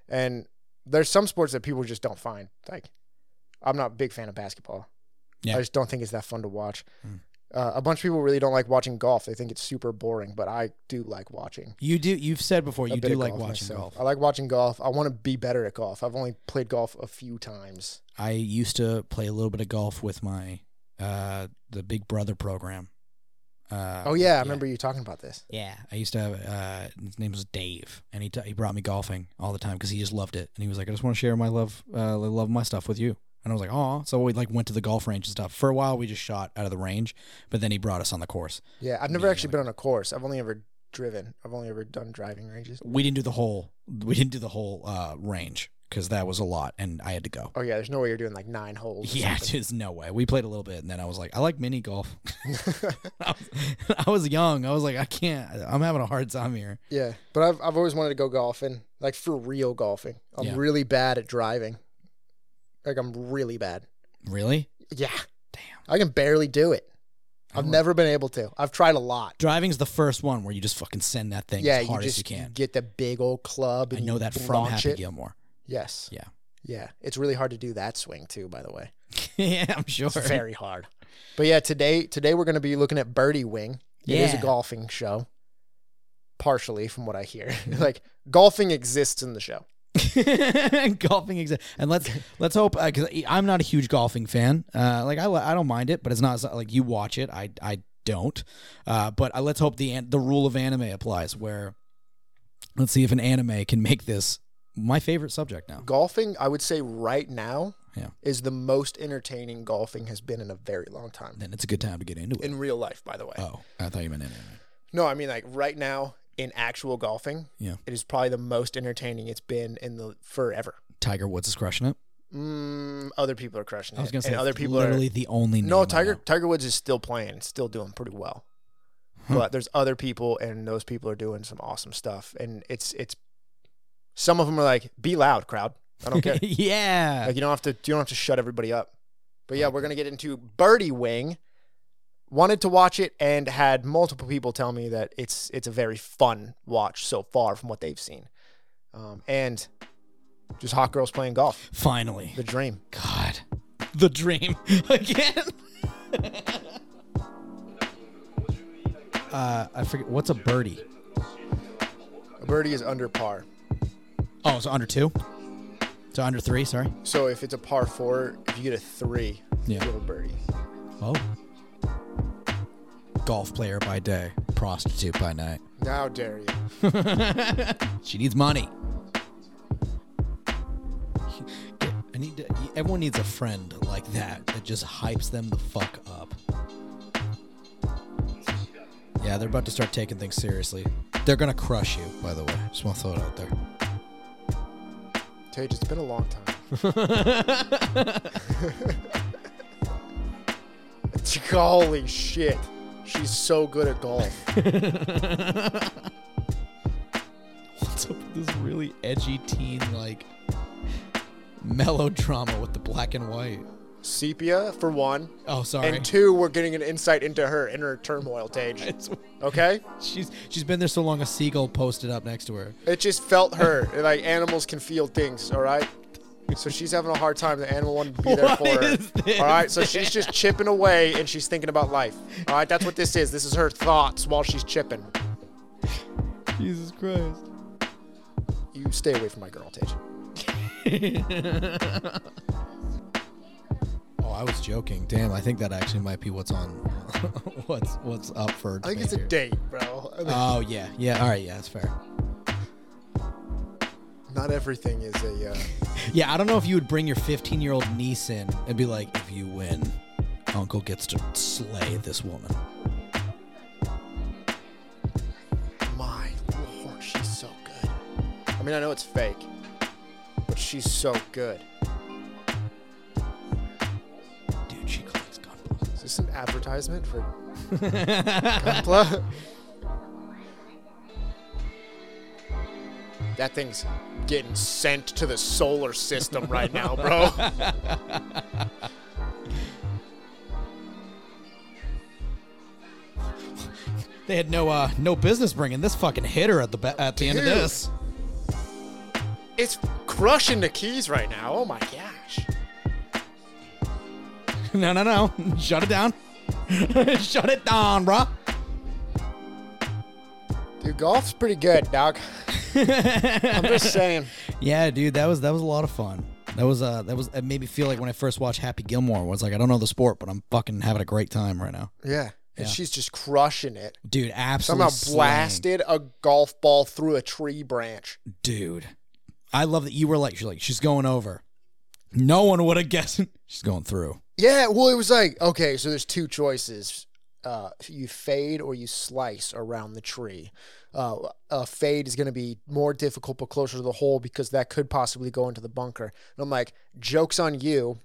A: And there's some sports that people just don't find. Like, I'm not a big fan of basketball.
B: Yeah.
A: I just don't think it's that fun to watch.
B: Mm.
A: Uh, a bunch of people really don't like watching golf. They think it's super boring, but I do like watching.
B: You do. You've said before
A: a
B: Oh, you
A: bit
B: do
A: of
B: like
A: golf
B: watching
A: myself.
B: golf.
A: I like watching golf. I want to be better at golf. I've only played golf a few times.
B: I used to play a little bit of golf with my uh the Big Brother program. Uh,
A: Oh yeah, I remember you talking about this.
B: Yeah, I used to have. Uh, his name was Dave, and he t- he brought me golfing all the time because he just loved it, and he was like, "I just want to share my love, uh, I love my stuff with you." And I was like, "Oh!" So we like went to the golf range and stuff. For a while, we just shot out of the range, but then he brought us on the course.
A: Yeah, I've never
B: Yeah,
A: actually been on a course. I've only ever driven. I've only ever done driving ranges.
B: We didn't do the whole. We didn't do the whole uh, range because that was a lot, and I had to go.
A: Oh yeah, there's no way you're doing like nine holes. or
B: Yeah,
A: something.
B: there's no way. We played a little bit, and then I was like, I like mini golf. I was- I was young. I was like, I can't. I'm having a hard time here.
A: yeah, but I've I've always wanted to go golfing, like for real golfing. I'm
B: Yeah.
A: really bad at driving. Like I'm really bad.
B: Really?
A: Yeah,
B: Damn.
A: I can barely do it.
B: I
A: I've
B: don't-
A: never been able to. I've tried a lot.
B: Driving's the first one where you just fucking send that thing
A: yeah,
B: as hard
A: you just
B: as you can.
A: get the big old club.
B: I
A: And
B: know
A: you
B: that from
A: launch
B: Happy
A: it.
B: Gilmore.
A: Yes.
B: Yeah.
A: Yeah. It's really hard to do that swing too, by the way.
B: yeah, I'm sure.
A: It's very hard. But yeah, today today we're gonna be looking at Birdie Wing. It is a
B: Yeah.
A: golfing show. Partially from what I hear.
B: Mm-hmm.
A: like golfing exists in the show.
B: golfing exa- and let's let's hope uh 'cause I'm not a huge golfing fan. Uh, like I li- I don't mind it, but it's not, it's not like you watch it. I I don't. Uh, but uh, let's hope the an- the rule of anime applies. Where let's see if an anime can make this my favorite subject now.
A: Golfing, I would say right now
B: Yeah.
A: is the most entertaining golfing has been in a very long time.
B: Then it's a good time to get into it.
A: In real life, by the way.
B: oh, I thought you meant anime.
A: No, I mean like right now in actual golfing,
B: Yeah.
A: it is probably the most entertaining it's been in the forever.
B: Tiger Woods is crushing it.
A: Mm, other people are crushing it.
B: I was gonna say
A: and other people are
B: literally the only name
A: No,
B: I
A: Tiger
B: know.
A: Tiger Woods is still playing, still doing pretty well.
B: Huh.
A: But there's other people, and those people are doing some awesome stuff. And it's it's some of them are like, "Be loud, crowd. I don't care.
B: yeah.
A: like you don't have to you don't have to shut everybody up." But yeah, we're gonna get into Birdie Wing. Wanted to watch it and had multiple people tell me that it's it's a very fun watch so far from what they've seen, um, and just hot girls playing golf,
B: Finally.
A: the dream.
B: God, the dream again. uh, I forget what's a birdie.
A: A birdie is under par.
B: Oh, it's under two. It's under three. Sorry.
A: So if it's a par four, if you get a three,
B: Yeah.
A: you have a birdie.
B: Oh. Golf player by day, prostitute by night.
A: Now dare you?
B: She needs money. I need to, everyone needs a friend like that that just hypes them the fuck up. Yeah, they're about to start taking things seriously. They're gonna crush you, by the way. Just want to throw it out there.
A: Tage, it's been a long time. Holy shit. She's so good at golf.
B: What's up with this really edgy teen like melodrama with the black and white?
A: Sepia, for one.
B: Oh, sorry.
A: And two, we're getting an insight into her inner turmoil, Tage.
B: It's-
A: Okay?
B: she's she's been there so long. A seagull posted up next to her.
A: It just felt her. Like animals can feel things, all right? So she's having a hard time. The animal wanted to be there
B: What
A: for her.
B: is this?
A: All right, so she's just chipping away and she's thinking about life. All right, that's what this is. This is her thoughts while she's chipping.
B: Jesus Christ.
A: You stay away from my girl, Tage.
B: Oh, I was joking. Damn, I think that actually might be what's on, what's what's up for.
A: I think it's a
B: debate
A: date, bro. I
B: here.
A: mean,
B: Oh yeah, yeah. All right, yeah, that's fair.
A: not everything is a. Uh,
B: Yeah, I don't know if you would bring your 15 year old niece in and be like, if you win, Uncle gets to slay this woman.
A: my lord, she's so good. I mean, I know it's fake, but she's so good.
B: Dude, she collects
A: Is this an advertisement for
B: gunpla.
A: Gunpla? that thing's getting sent to the solar system right now, bro.
B: they had no uh, no business bringing this fucking hitter at the ba- at the end of
A: Dude.
B: this.
A: it's crushing the keys right now. Oh my gosh.
B: no, no, no. Shut it down. Shut it down, bruh.
A: Dude, golf's pretty good, dog. I'm just saying.
B: Yeah, dude, that was that was a lot of fun. That was uh that was it made me feel like when I first watched Happy Gilmore, I was like, I don't know the sport, but I'm fucking having a great time right now.
A: Yeah. And
B: Yeah.
A: she's just crushing it.
B: Dude,
A: Somehow
B: absolutely slaying.
A: blasted a golf ball through a tree branch.
B: dude. I love that you were like, you're like, she's going over. No one would have guessed. She's going through.
A: Yeah, well, it was like, okay, so there's two choices. Uh, you fade or you slice around the tree. Uh, a fade is going to be more difficult but closer to the hole because that could possibly go into the bunker. And I'm like, joke's on you.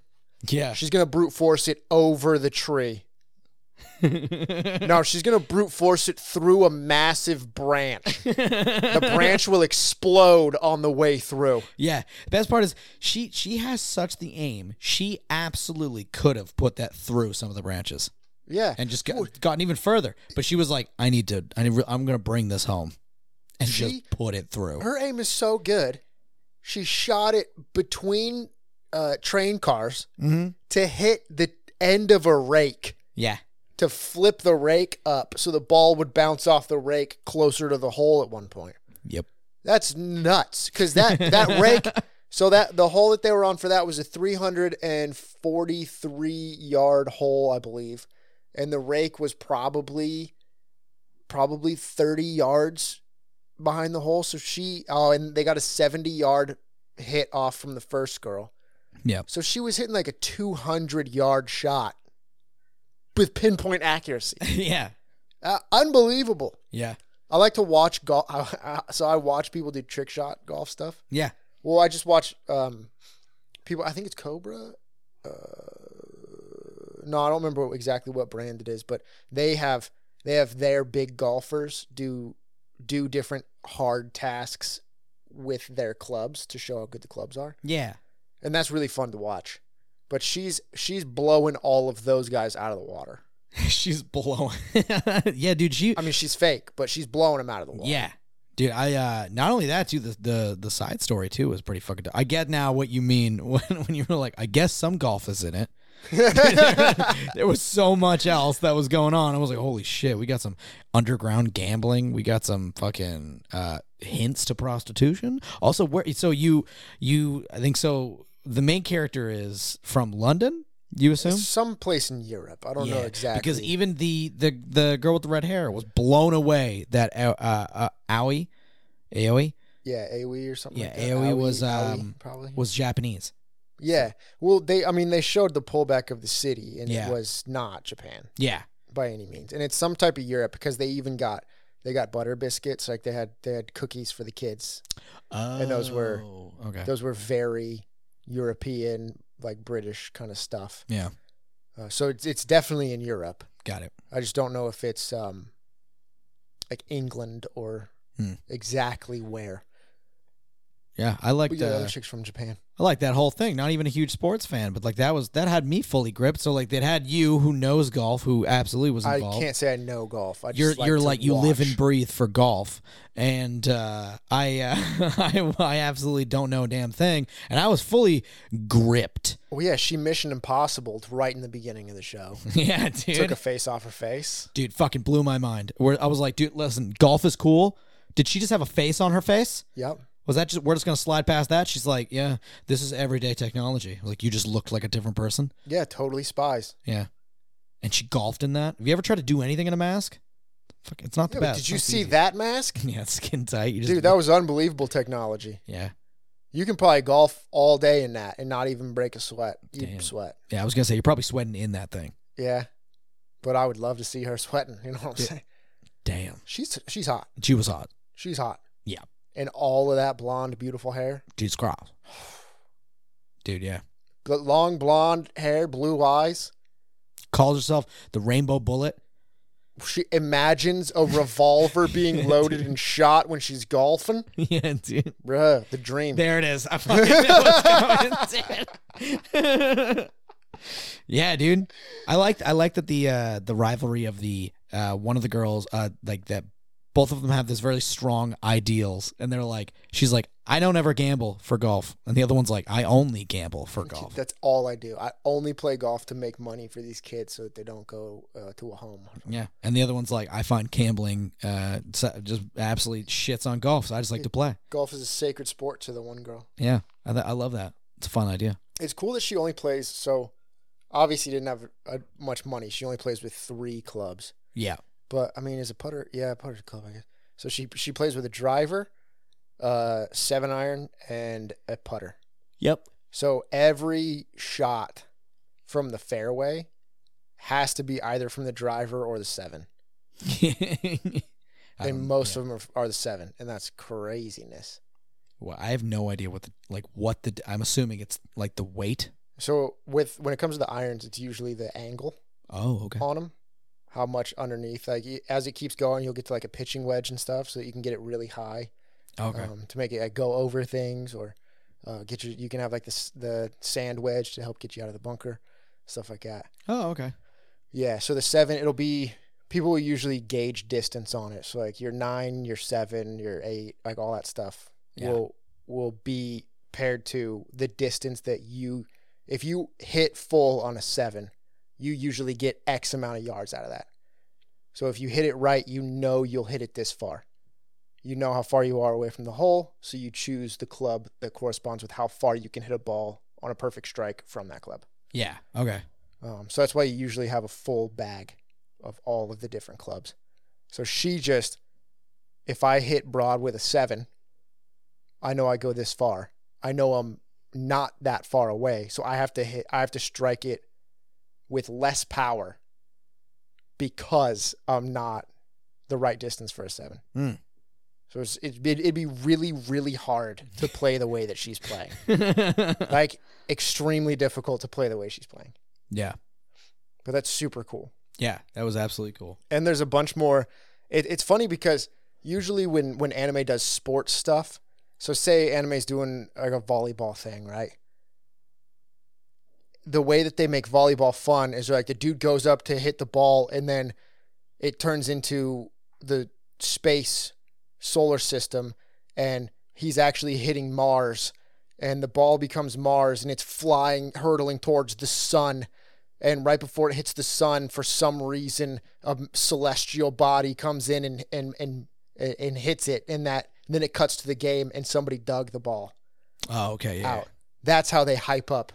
B: Yeah.
A: She's going to brute force it over the tree. no, she's going to brute force it through a massive branch. the branch will explode on the way through.
B: Yeah. Best part is she she has such the aim. She absolutely could have put that through some of the branches
A: Yeah.
B: and just got, gotten even further. But she was like, I need to. I need, I'm going to bring this home and
A: She-
B: just put it through.
A: her aim is so good. She shot it between uh, train cars
B: Mm-hmm.
A: to hit the end of a rake
B: Yeah.
A: to flip the rake up so the ball would bounce off the rake closer to the hole at one point.
B: Yep.
A: That's nuts cuz that that rake so that the hole that they were on for that was a 343 yard hole, I believe. And the rake was probably probably 30 yards behind the hole so she oh and they got a 70 yard hit off from the first girl.
B: Yep.
A: So she was hitting like a 200 yard shot with pinpoint accuracy.
B: yeah.
A: Uh, unbelievable.
B: Yeah.
A: I like to watch golf. so I watch people do trick shot golf stuff.
B: Yeah.
A: Well, I just watch um, people. I think it's Cobra. Uh, no, I don't remember exactly what brand it is, but they have they have their big golfers do do different hard tasks with their clubs to show how good the clubs are
B: Yeah.
A: and that's really fun to watch. But she's she's blowing all of those guys out of the water.
B: She's blowing. yeah, dude. She.
A: I mean, she's fake, but she's blowing them out of the water.
B: Yeah. Dude, I uh not only that too, the the, the side story too was pretty fucking dope. I get now what you mean when, when you were like, I guess some golf is in it. there was so much else that was going on. I was like, holy shit, we got some underground gambling. We got some fucking uh hints to prostitution. Also where so you you I think so the main character is from London, you assume?
A: Someplace in Europe, I don't know exactly.
B: Because even the, the the girl with the red hair was blown away that uh, uh, uh, Aoi, Aoi
A: yeah, AOE or something.
B: Yeah,
A: like that. E,
B: AOE was,
A: Aoi,
B: um,
A: probably.
B: was Japanese.
A: yeah, well, they I mean they showed the pullback of the city, and
B: Yeah.
A: it was not Japan
B: Yeah,
A: by any means, and it's some type of Europe because they even got they got butter biscuits, like they had they had cookies for the kids.
B: oh,
A: those were-
B: okay.
A: Those were very European, like British kind of stuff.
B: yeah,
A: Uh, so it's it's definitely in Europe.
B: got it.
A: I just don't know if it's um like England or
B: Hmm.
A: exactly where.
B: Yeah, I
A: But
B: liked
A: yeah, the
B: uh,
A: other chick's from Japan.
B: I liked that whole thing. Not even a huge sports fan, but like that was that had me fully gripped. So like that had you who knows golf, who absolutely was
A: I
B: involved.
A: can't say I know golf. I just
B: you're
A: like
B: you're
A: to
B: like you live and
A: watch.
B: breathe for golf, and uh, I, uh, I I absolutely don't know a damn thing, and I was fully gripped.
A: Well, yeah, she Mission Impossible right in the beginning of the show.
B: yeah, dude.
A: Took a face off her face.
B: dude fucking blew my mind where i was like dude listen golf is cool did she just have a face on her face
A: Yep.
B: I Was that just we're just gonna slide past that? She's like, yeah, this is everyday technology. I was like, you just looked like a different person.
A: Yeah, totally spies.
B: Yeah, and she golfed in that. Have you ever tried to do anything in a mask? Fuck, it's not the
A: Yeah, but
B: best.
A: did you
B: It's
A: see
B: easy.
A: that mask?
B: Yeah, it's skin tight. You just,
A: Dude, that was unbelievable technology.
B: yeah,
A: You can probably golf all day in that and not even break a sweat. You
B: Damn.
A: would sweat.
B: yeah. I was gonna say you're probably sweating in that thing.
A: Yeah. But I would love to see her sweating. You know what I'm
B: Yeah.
A: saying?
B: Damn,
A: She's she's hot.
B: she was hot.
A: She's hot.
B: Yeah.
A: And all of that blonde, beautiful hair.
B: Dude's cross. Dude, yeah.
A: Gl- Long blonde hair, blue eyes.
B: Calls herself the Rainbow Bullet.
A: She imagines a revolver being loaded and shot when she's golfing.
B: yeah, dude.
A: Bruh, the dream.
B: There it is. I fucking know what's going, dude. yeah, dude. I liked I liked that the uh the rivalry of the uh one of the girls uh like that both of them have this very strong ideals and they're like she's like I don't ever gamble for golf and the other one's like I only gamble for golf.
A: That's all I do. I only play golf to make money for these kids so that they don't go uh, to a home.
B: Yeah. And the other one's like I find gambling uh so- just absolutely shits on golf so I just like to play.
A: Golf is a sacred sport to the one girl.
B: Yeah. I th- I love that. It's a fun idea.
A: It's cool that she only plays. So obviously, didn't have uh, much money. She only plays with three clubs.
B: Yeah.
A: But I mean, is a putter? Yeah, putter's a club, I guess. So she she plays with a driver, uh, seven iron, and a putter.
B: Yep.
A: So every shot from the fairway has to be either from the driver or the seven.
B: Um,
A: and most of them are, are the seven, and that's craziness.
B: Well, I have no idea what the like what the I'm assuming it's like the weight.
A: So with when it comes to the irons, it's usually the angle
B: Oh, okay.
A: on them, how much underneath. Like y- as it keeps going, you'll get to like a pitching wedge and stuff, so that you can get it really high
B: Okay.
A: um, to make it like, go over things or uh, get you. You can have like the s- the sand wedge to help get you out of the bunker, stuff like that.
B: oh, okay.
A: Yeah. So the seven, it'll be people will usually gauge distance on it. So like your nine, your seven, your eight, like all that stuff
B: Yeah.
A: will will be paired to the distance that you if you hit full on a seven, you usually get X amount of yards out of that. So if you hit it right, you know you'll hit it this far. You know how far you are away from the hole, so you choose the club that corresponds with how far you can hit a ball on a perfect strike from that club.
B: Yeah. Okay.
A: Um, so that's why you usually have a full bag of all of the different clubs. So she just, if I hit broad with a seven, I know I go this far. I know I'm not that far away. So I have to hit, I have to strike it with less power because I'm not the right distance for a seven.
B: Hmm.
A: So it's, it'd, be, it'd be really, really hard to play the way that she's playing. like, extremely difficult to play the way she's playing.
B: yeah.
A: But that's super cool.
B: Yeah. That was absolutely cool.
A: and there's a bunch more. It, it's funny because usually when when anime does sports stuff, so say anime's doing like a volleyball thing, right? The way that they make volleyball fun is like the dude goes up to hit the ball, and then it turns into the space solar system, and he's actually hitting Mars, and the ball becomes Mars, and it's flying, hurtling towards the sun and right before it hits the sun, for some reason, a celestial body comes in and and and and hits it, and that then it cuts to the game, and somebody dug the ball
B: Oh, okay. Yeah.
A: out. That's how they hype up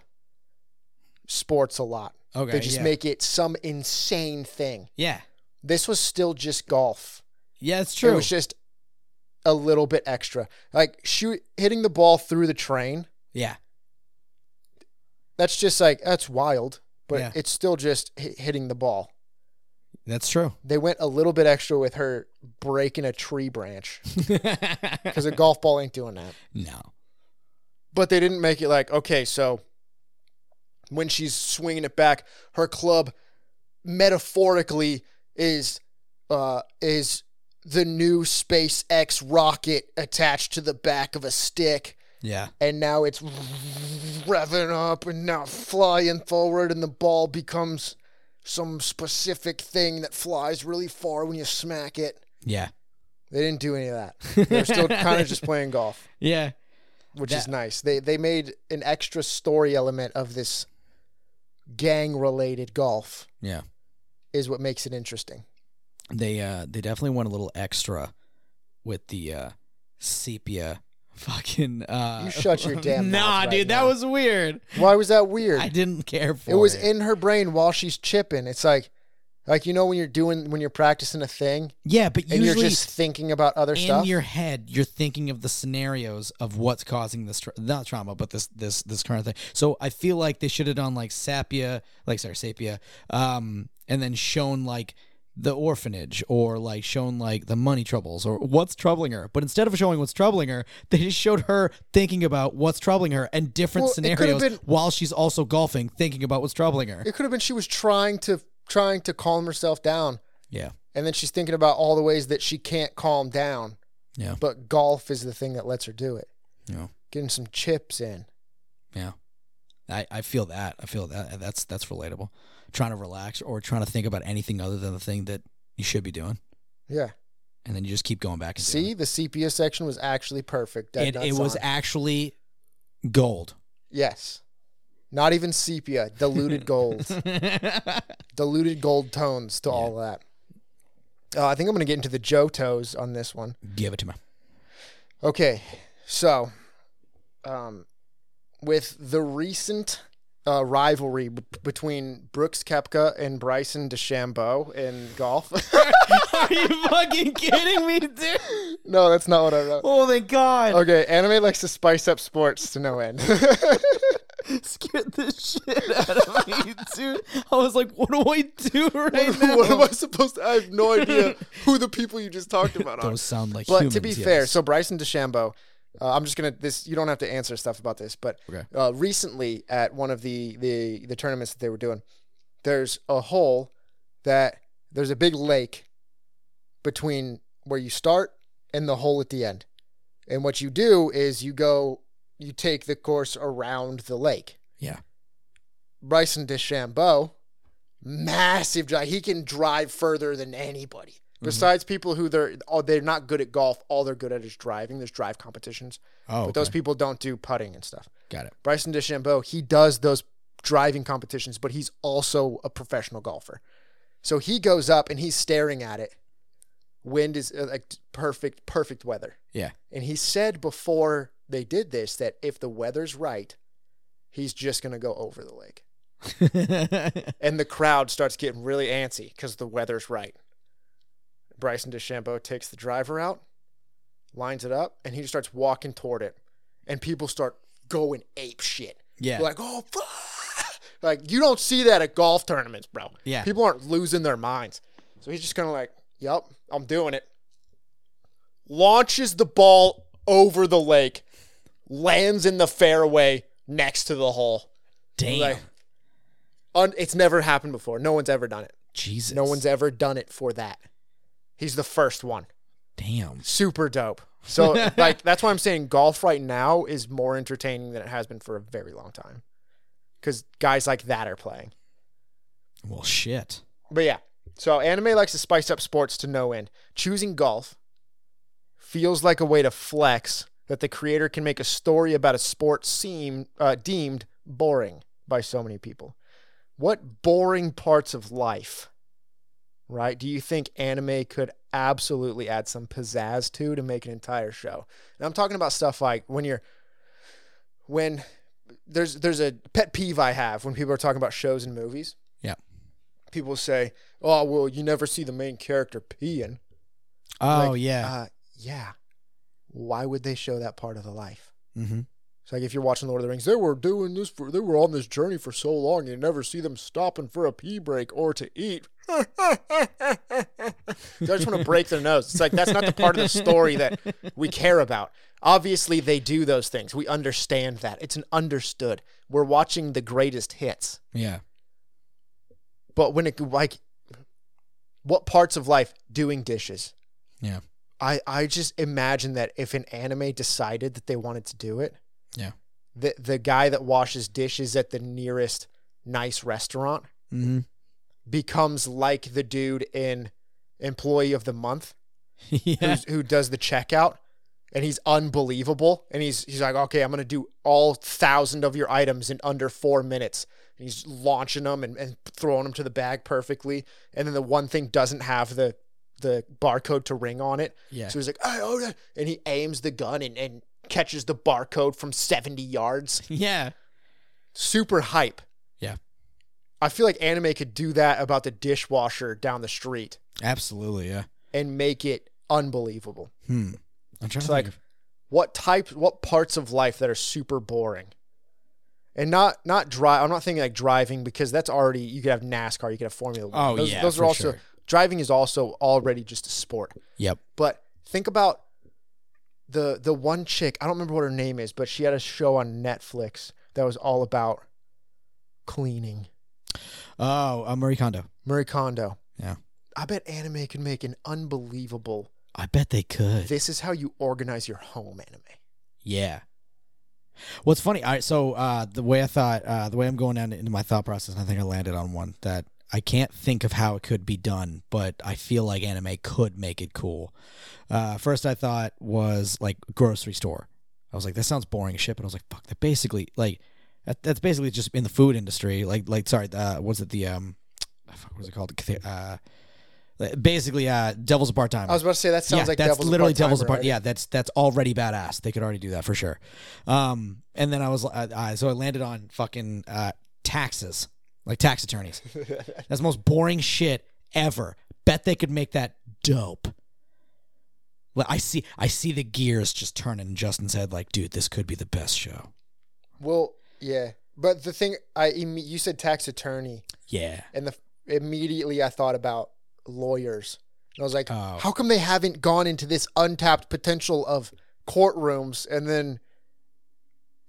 A: sports a lot.
B: Okay.
A: They just
B: yeah.
A: make it some insane thing.
B: Yeah.
A: This was still just golf.
B: Yeah, it's true.
A: It was just a little bit extra, like shoot hitting the ball through the train.
B: yeah.
A: That's just like that's wild, but
B: Yeah.
A: it's still just hi- hitting the ball.
B: That's true.
A: they went a little bit extra with her breaking a tree branch because a golf ball ain't doing that.
B: no.
A: But they didn't make it like, okay, so when she's swinging it back, her club metaphorically is uh, is the new SpaceX rocket attached to the back of a stick
B: Yeah.
A: and now it's revving up and now flying forward and the ball becomes some specific thing that flies really far when you smack it
B: Yeah.
A: they didn't do any of that they're still kind of just playing golf
B: Yeah.
A: which is
B: That-
A: nice they they made an extra story element of this gang related golf
B: Yeah.
A: is what makes it interesting
B: They uh they definitely went a little extra with the uh sepia Fucking. Uh,
A: You shut your damn
B: Nah,
A: mouth right
B: dude,
A: now.
B: that was weird.
A: Why was that weird?
B: I didn't care for
A: it
B: it.
A: was in her brain while she's chipping. It's like, like you know when you're doing when you're practicing a thing
B: yeah, but
A: and
B: usually
A: you're just thinking about other
B: in
A: stuff.
B: your head, you're thinking of the scenarios of what's causing this tra- not trauma, but this this this current thing. So I feel like they should have done like Sapia, like sorry Sapia, um, and then shown like the orphanage or like shown like the money troubles or what's troubling her. But instead of showing what's troubling her, they just showed her thinking about what's troubling her and different
A: Well, it could've
B: scenarios
A: been-
B: while she's also golfing, thinking about what's troubling her.
A: it could have been she was trying to trying to calm herself down,
B: Yeah,
A: and then she's thinking about all the ways that she can't calm down.
B: Yeah.
A: But golf is the thing that lets her do it.
B: Yeah.
A: Getting some chips in.
B: yeah. I, I feel that. I feel that. That's that's relatable. Trying to relax or trying to think about anything other than the thing that you should be doing,
A: Yeah.
B: and then you just keep going back. And doing
A: See, the sepia section was actually perfect. Dead
B: it, it,
A: nuts
B: it was
A: on.
B: actually gold.
A: yes. Not even sepia, diluted gold. diluted gold tones to all that. Uh, I think I'm going to get into the Joe toes on this one.
B: Give it to me.
A: Okay, so um, with the recent uh, rivalry b- between Brooks Kepka and Bryson DeChambeau in golf.
B: Are you fucking kidding me, dude?
A: no, that's not what I wrote.
B: Oh my god!
A: Okay, anime likes to spice up sports to no end.
B: Scared the shit out of me, dude. I was like, what do I do right now?
A: what am I supposed to? I have no idea who the people you just talked about are.
B: Those sound like
A: But
B: humans.
A: to be
B: yes.
A: fair, so Bryson DeChambeau, uh, I'm just gonna this. You don't have to answer stuff about this, but
B: Okay.
A: uh, recently at one of the the the tournaments that they were doing, there's a hole that there's a big lake between where you start and the hole at the end, and what you do is you go you take the course around the lake.
B: Yeah.
A: Bryson DeChambeau, massive drive. He can drive further than anybody.
B: Mm-hmm.
A: Besides people who they're oh, they're not good at golf, all they're good at is driving. There's drive competitions,
B: oh,
A: but those people don't do putting and stuff.
B: got it.
A: Bryson DeChambeau, he does those driving competitions, but he's also a professional golfer. So he goes up and he's staring at it. Wind is uh, like perfect, perfect weather.
B: Yeah.
A: And he said before they did this that if the weather's right, he's just going to go over the lake. And the crowd starts getting really antsy because the weather's right. Bryson DeChambeau takes the driver out, lines it up, and he just starts walking toward it. And people start going ape shit.
B: yeah.
A: Like, oh, fuck. Like, you don't see that at golf tournaments, bro.
B: Yeah.
A: People aren't losing their minds. So he's just kind of like, yep, I'm doing it. Launches the ball over the lake, lands in the fairway next to the hole.
B: Damn.
A: Like, un- it's never happened before. No one's ever done it.
B: Jesus.
A: No one's ever done it for that. He's the first one.
B: Damn.
A: Super dope. So, like, that's why I'm saying golf right now is more entertaining than it has been for a very long time. Because guys like that are playing.
B: Well, shit.
A: But yeah, so anime likes to spice up sports to no end. Choosing golf feels like a way to flex that the creator can make a story about a sport seem uh, deemed boring by so many people. What boring parts of life, right? Do you think anime could absolutely add some pizzazz to to make an entire show? And I'm talking about stuff like when you're when there's there's a pet peeve I have when people are talking about shows and movies people say, "Oh, well, you never see the main character peeing."
B: Oh
A: Like,
B: yeah.
A: Uh, yeah. Why would they show that part of the life?
B: mm-hmm.
A: It's like if you're watching Lord of the Rings, they were doing this for, they were on this journey for so long, you never see them stopping for a pee break or to eat. they just want to break their nose. It's like that's not the part of the story that we care about. Obviously, they do those things. We understand that. It's an understood. We're watching the greatest hits.
B: Yeah.
A: But when it like, what parts of life doing dishes?
B: Yeah.
A: I I just imagine that if an anime decided that they wanted to do it,
B: Yeah.
A: the the guy that washes dishes at the nearest nice restaurant
B: Mm-hmm.
A: becomes like the dude in Employee of the Month
B: yeah.
A: who's, who does the checkout and he's unbelievable and he's he's like okay i'm gonna do all thousand of your items in under four minutes and he's launching them and, and throwing them to the bag perfectly and then the one thing doesn't have the the barcode to ring on it
B: Yeah.
A: so he's like oh, oh yeah," and he aims the gun and, and catches the barcode from 70 yards.
B: Yeah.
A: Super hype.
B: Yeah.
A: I feel like anime could do that about the dishwasher down the street
B: Absolutely. Yeah.
A: and make it unbelievable.
B: Hmm. I'm trying
A: It's
B: to
A: like
B: think of-
A: what types what parts of life that are super boring. And not not drive I'm not thinking like driving because that's already you could have NASCAR, you could have Formula One.
B: Oh,
A: those,
B: yeah,
A: those are
B: for
A: also
B: sure.
A: driving is also already just a sport.
B: Yep.
A: But think about the the one chick, I don't remember what her name is, but she had a show on Netflix that was all about cleaning.
B: Oh, uh, Marie Kondo.
A: Marie Kondo.
B: Yeah.
A: I bet anime could make an unbelievable
B: I bet they could.
A: this is how you organize your home anime.
B: Yeah. What's funny? I so uh, the way I thought, uh, the way I'm going down into my thought process, and I think I landed on one that I can't think of how it could be done, but I feel like anime could make it cool. Uh, first, I thought was like grocery store. I was like, that sounds boring as shit, but I was like, fuck, that basically like that, that's basically just in the food industry. Like, like sorry, uh, was it the um, fuck, what was it called? Uh, basically, uh, Devil's a part time
A: I was about to say that sounds
B: yeah,
A: like
B: that's
A: Devil's
B: literally
A: Apart
B: devil's
A: Timer
B: apart.
A: already.
B: Yeah, that's that's already badass. They could already do that for sure. Um, and then I was I, I, so I landed on fucking uh, taxes, like tax attorneys. that's the most boring shit ever. Bet they could make that dope. Like I see, I see the gears just turning in Justin's head. Like, dude, this could be the best show.
A: Well, yeah, but the thing I imme- you said tax attorney,
B: Yeah,
A: and the immediately I thought about lawyers, and I was like,
B: Oh.
A: how come they haven't gone into this untapped potential of courtrooms? And then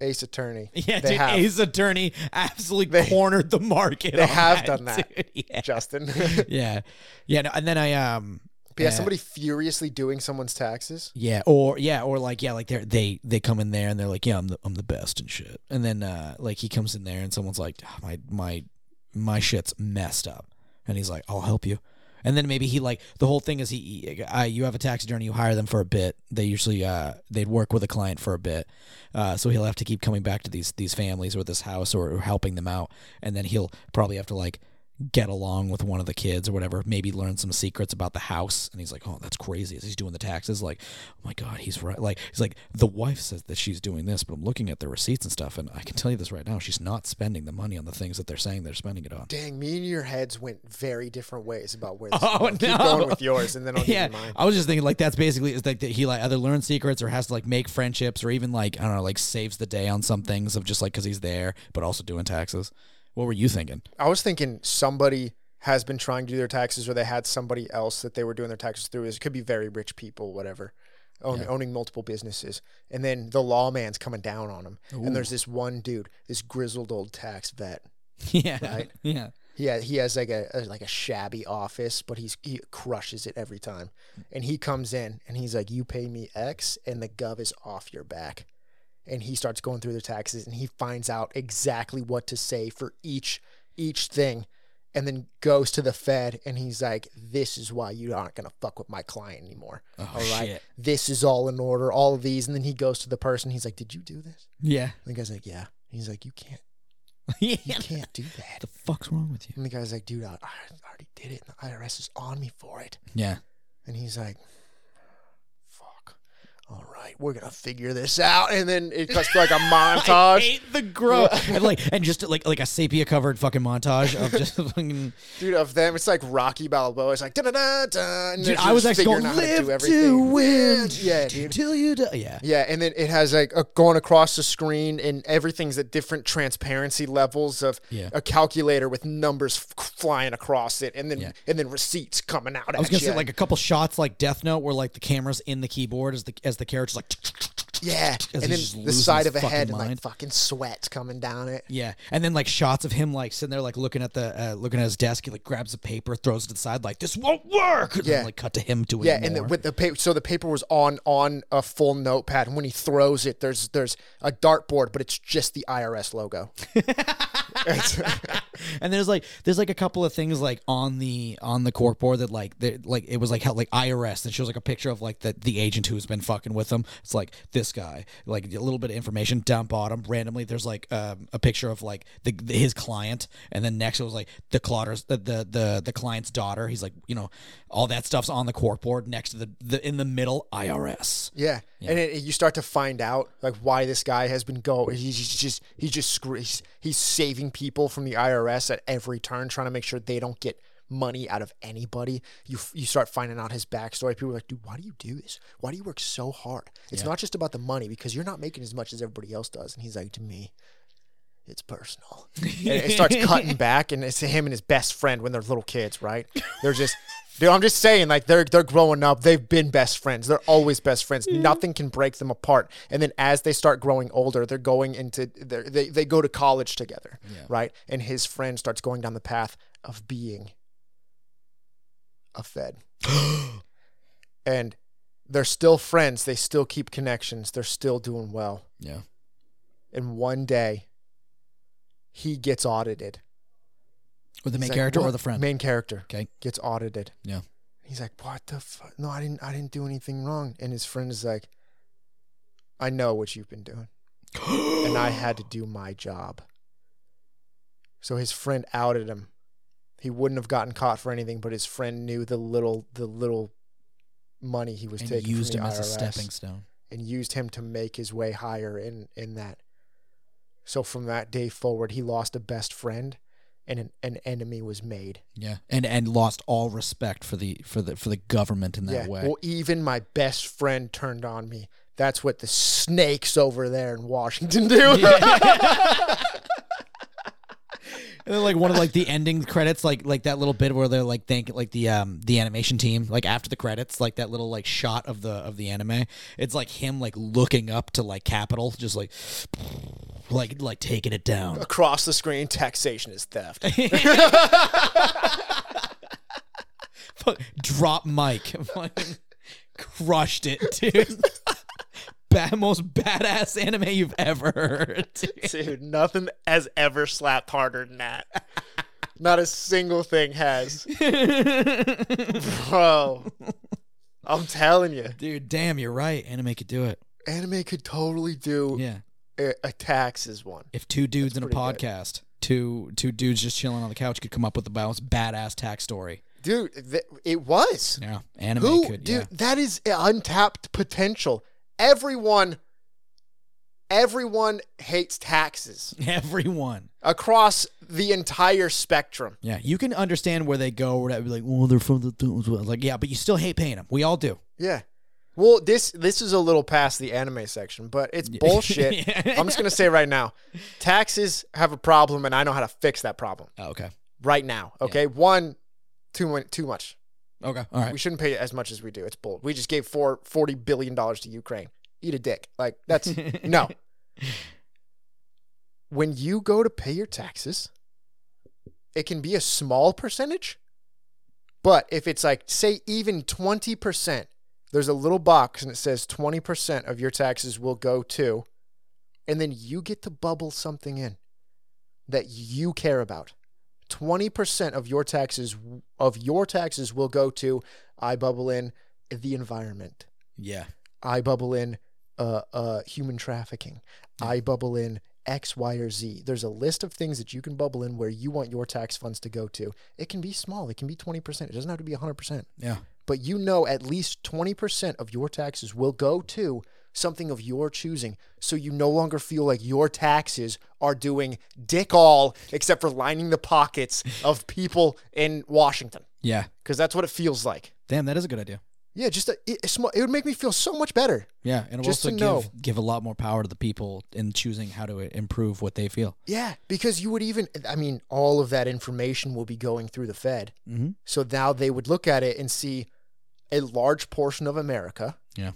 A: Ace Attorney,
B: yeah.
A: they
B: dude,
A: have
B: Ace Attorney absolutely
A: They-
B: cornered the market.
A: they
B: on
A: have done that.
B: dude. Yeah,
A: Justin.
B: yeah, yeah. No, and then I um.
A: But yeah,
B: Yeah.
A: somebody furiously doing someone's taxes.
B: Yeah, or yeah, or like yeah, like they they they come in there and they're like, yeah, I'm the I'm the best and shit. And then uh like he comes in there and someone's like, "Ah, my my my shit's messed up, and he's like, I'll help you. And then maybe he like the whole thing is he, he I, you have a tax attorney, you hire them for a bit. They usually uh they'd work with a client for a bit, uh so he'll have to keep coming back to these these families or this house or, or helping them out, and then he'll probably have to like get along with one of the kids or whatever, maybe learn some secrets about the house. And he's like, oh, that's crazy. As he's doing the taxes, like, oh my God, he's right. Like, he's like, the wife says that she's doing this, but I'm looking at the receipts and stuff. And I can tell you this right now, she's not spending the money on the things that they're saying they're spending it on.
A: Dang, me and your heads went very different ways about where. This
B: Oh,
A: is going. Keep
B: no.
A: going with yours, and then I'll
B: Yeah,
A: give you mine.
B: I was just thinking like that's basically it's like that he like either learns secrets or has to like make friendships or even like I don't know like saves the day on some things of just like because he's there but also doing taxes. What were you thinking?
A: I was thinking somebody has been trying to do their taxes or they had somebody else that they were doing their taxes through. It could be very rich people, whatever, own,
B: Yeah.
A: owning multiple businesses. And then the lawman's coming down on them.
B: Ooh.
A: And there's this one dude, this grizzled old tax vet.
B: yeah,
A: Right.
B: yeah,
A: He has, he has like a, a like a shabby office, but he's he crushes it every time. And he comes in and he's like, "You pay me X, and the gov is off your back." And he starts going through the taxes, and he finds out exactly what to say for each each thing, and then goes to the Fed, and he's like, "This is why you aren't gonna fuck with my client anymore.
B: oh,
A: all right,
B: shit.
A: this is all in order, all of these." And then he goes to the person, he's like, "Did you do this?"
B: yeah,
A: And the guy's like, "Yeah." He's like, "You can't, you
B: yeah.
A: can't do that."
B: the fuck's wrong with you?
A: And the guy's like, dude, I, I already did it. And the IRS is on me for it.
B: Yeah.
A: And he's like, fuck. All right, we're going to figure this out. And then it cuts to like a
B: I
A: montage,
B: hate the growth. and like and just like like a sepia covered fucking montage of just fucking
A: dude, of them. It's like Rocky Balboa. It's like, da da da da. And
B: Dude,
A: they're
B: I was
A: just
B: actually
A: figuring out
B: going
A: how to do
B: live
A: everything.
B: to win.
A: Yeah, dude.
B: Till you die. Yeah.
A: Yeah, and then it has like a, going across the screen, and everything's at different transparency levels of
B: Yeah.
A: a calculator with numbers f- flying across it, and then
B: Yeah.
A: and then receipts coming out.
B: I was gonna say like a couple shots like Death Note where like the camera's in the keyboard as the as the character's like
A: Yeah, and
B: he's
A: then
B: just
A: the
B: losing
A: side
B: his
A: of a
B: fucking
A: head and like
B: mind.
A: fucking sweats coming down it.
B: yeah, and then like shots of him like sitting there like looking at the uh, looking at his desk. He like grabs the paper, throws it to the side like this won't work. And
A: Yeah.
B: then, like cut to him doing
A: Yeah,
B: it
A: and the,
B: more.
A: with the paper, so the paper was on on a full notepad, and when he throws it, there's there's a dartboard, but it's just the IRS logo.
B: and there's like there's like a couple of things like on the on the cork board that like that like it was like how like IRS and shows like a picture of like the the agent who's been fucking with them. It's like this this guy, like a little bit of information down bottom. Randomly, there's like um, a picture of like the, the- his client, and then next it was like the clotters, the, the the the client's daughter. He's like, you know, all that stuff's on the cork board next to the, the in the middle IRS.
A: Yeah, and it, you start to find out like why this guy has been go. He's he's just he's just screw- he's, he's saving people from the IRS at every turn, trying to make sure they don't get money out of anybody. You f- you start finding out his backstory. People are like, dude, why do you do this? Why do you work so hard? It's not just about the money because you're not making as much as everybody else does. And he's like, to me, it's personal. and it starts cutting back, and it's him and his best friend when they're little kids, right? They're just, dude. I'm just saying, like they're they're growing up. They've been best friends. They're always best friends. Nothing can break them apart. And then as they start growing older, they're going into they're, they they go to college together, right? And his friend starts going down the path of being a Fed, and they're still friends. They still keep connections. They're still doing well
B: yeah.
A: and one day he gets audited.
B: Or the
A: He's
B: main
A: like,
B: character or
A: "What?"
B: the friend.
A: Main character
B: okay.
A: gets audited.
B: Yeah.
A: He's like, "What the fuck? No, I didn't. I didn't do anything wrong." And his friend is like, "I know what you've been doing, and I had to do my job." So his friend outed him. He wouldn't have gotten caught for anything, but his friend knew the little the little money he was
B: and
A: taking
B: used
A: from
B: him
A: the
B: as a
A: IRS
B: stepping stone.
A: and used him to make his way higher in in that. So from that day forward, he lost a best friend, and an, an enemy was made.
B: Yeah, and and lost all respect for the for the for the government in that
A: yeah.
B: way.
A: Well, even my best friend turned on me. That's what the snakes over there in Washington do.
B: And then like one of like the ending credits, like like that little bit where they're like thank like the um the animation team, like after the credits, like that little like shot of the of the anime. It's like him like looking up to like capital, just like like like taking it down.
A: Across the screen, taxation is theft.
B: Fuck, Drop mic. Fucking crushed it, dude. Bad, most badass anime you've ever heard. dude.
A: Dude, nothing has ever slapped harder than that. Not a single thing has. Bro, I'm telling you,
B: Dude, damn, you're right. Anime could do it.
A: anime could totally do
B: Yeah.
A: a, a taxes one.
B: If two dudes in a
A: pretty
B: podcast, two two dudes just chilling on the couch could come up with the most badass tax story.
A: dude th- it was
B: Yeah. Anime
A: who
B: could
A: dude that is untapped potential everyone everyone hates taxes
B: yeah. Everyone.
A: across the entire spectrum
B: Yeah. You can understand where they go where they'd be like, well, they're from the dudes. Like, yeah, but you still hate paying them. We all do.
A: yeah well this this is a little past the anime section but it's bullshit
B: Yeah.
A: i'm just gonna say right now taxes have a problem and i know how to fix that problem
B: Oh, okay.
A: right now okay one too, mu- too much
B: Okay. All right.
A: we shouldn't pay as much as we do. It's bold. We just gave four, 40 billion dollars to Ukraine. Eat a dick. Like that's no. When you go to pay your taxes, it can be a small percentage, but if it's like say even 20%, there's a little box and it says 20% of your taxes will go to and then you get to bubble something in that you care about. 20% of your taxes of your taxes will go to I bubble in the environment.
B: Yeah.
A: I bubble in uh, uh, human trafficking. I bubble in X, Y, or Z. There's a list of things that you can bubble in where you want your tax funds to go to. It can be small. It can be 20%. It doesn't have to be 100%.
B: Yeah.
A: But you know at least 20% of your taxes will go to something of your choosing. So you no longer feel like your taxes are doing dick all except for lining the pockets of people in Washington.
B: Yeah.
A: Because that's what it feels like.
B: Damn, that is a good idea.
A: Yeah, just a, it, a small, it would make me feel so much better.
B: Yeah, and it'll
A: Just
B: also
A: to
B: give
A: know.
B: give a lot more power to the people in choosing how to improve what they feel.
A: Yeah, because you would even, I mean, all of that information will be going through the Fed.
B: Mm-hmm.
A: So now they would look at it and see a large portion of America
B: Yeah.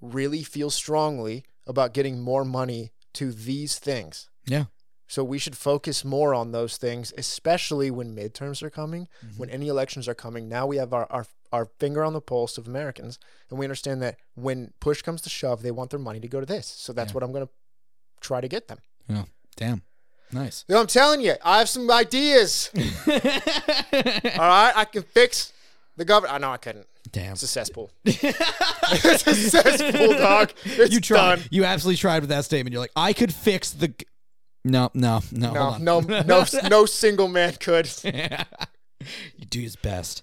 A: really feels strongly about getting more money to these things.
B: Yeah.
A: So we should focus more on those things, especially when midterms are coming,
B: Mm-hmm.
A: when any elections are coming. Now we have our, our, our finger on the pulse of Americans, and we understand that when push comes to shove, they want their money to go to this. So that's
B: Yeah.
A: what I'm going to try to get them.
B: Yeah. Damn. Nice.
A: You know, I'm telling you, I have some ideas. All right, I can fix the government. I know I couldn't.
B: Damn.
A: It's a cesspool. it's a cesspool, dog. It's
B: you tried.
A: done.
B: You absolutely tried with that statement. You're like, I could fix the. g-" No, no, no.
A: No,
B: hold on.
A: no, no, no single man could.
B: you do his best.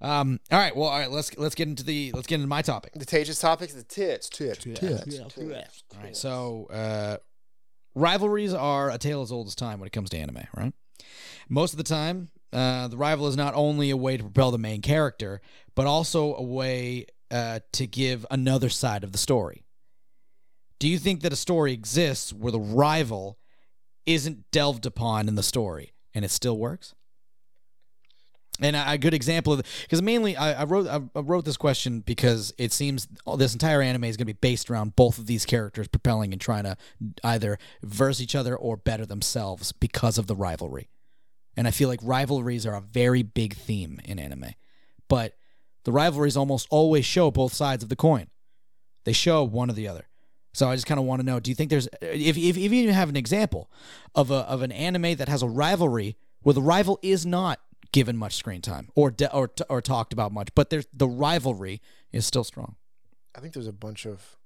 B: Um. All right. Well. All right. Let's let's get into the let's get into my topic.
A: The Tages topics, the tits, tits, tits.
B: All right. So, uh, rivalries are a tale as old as time when it comes to anime, right? Most of the time, uh, the rival is not only a way to propel the main character, but also a way uh, to give another side of the story. Do you think that a story exists where the rival isn't delved upon in the story and it still works? And a a good example of because mainly I, I wrote I I wrote this question because it seems all this entire anime is going to be based around both of these characters propelling and trying to either verse each other or better themselves because of the rivalry. And I feel like rivalries are a very big theme in anime, but the rivalries almost always show both sides of the coin. They show one or the other. So I just kind of want to know: Do you think there's if if, if you have an example of a of an anime that has a rivalry where the rival is not given much screen time or de- or t- or talked about much, but there's the rivalry is still strong.
A: I think there's a bunch of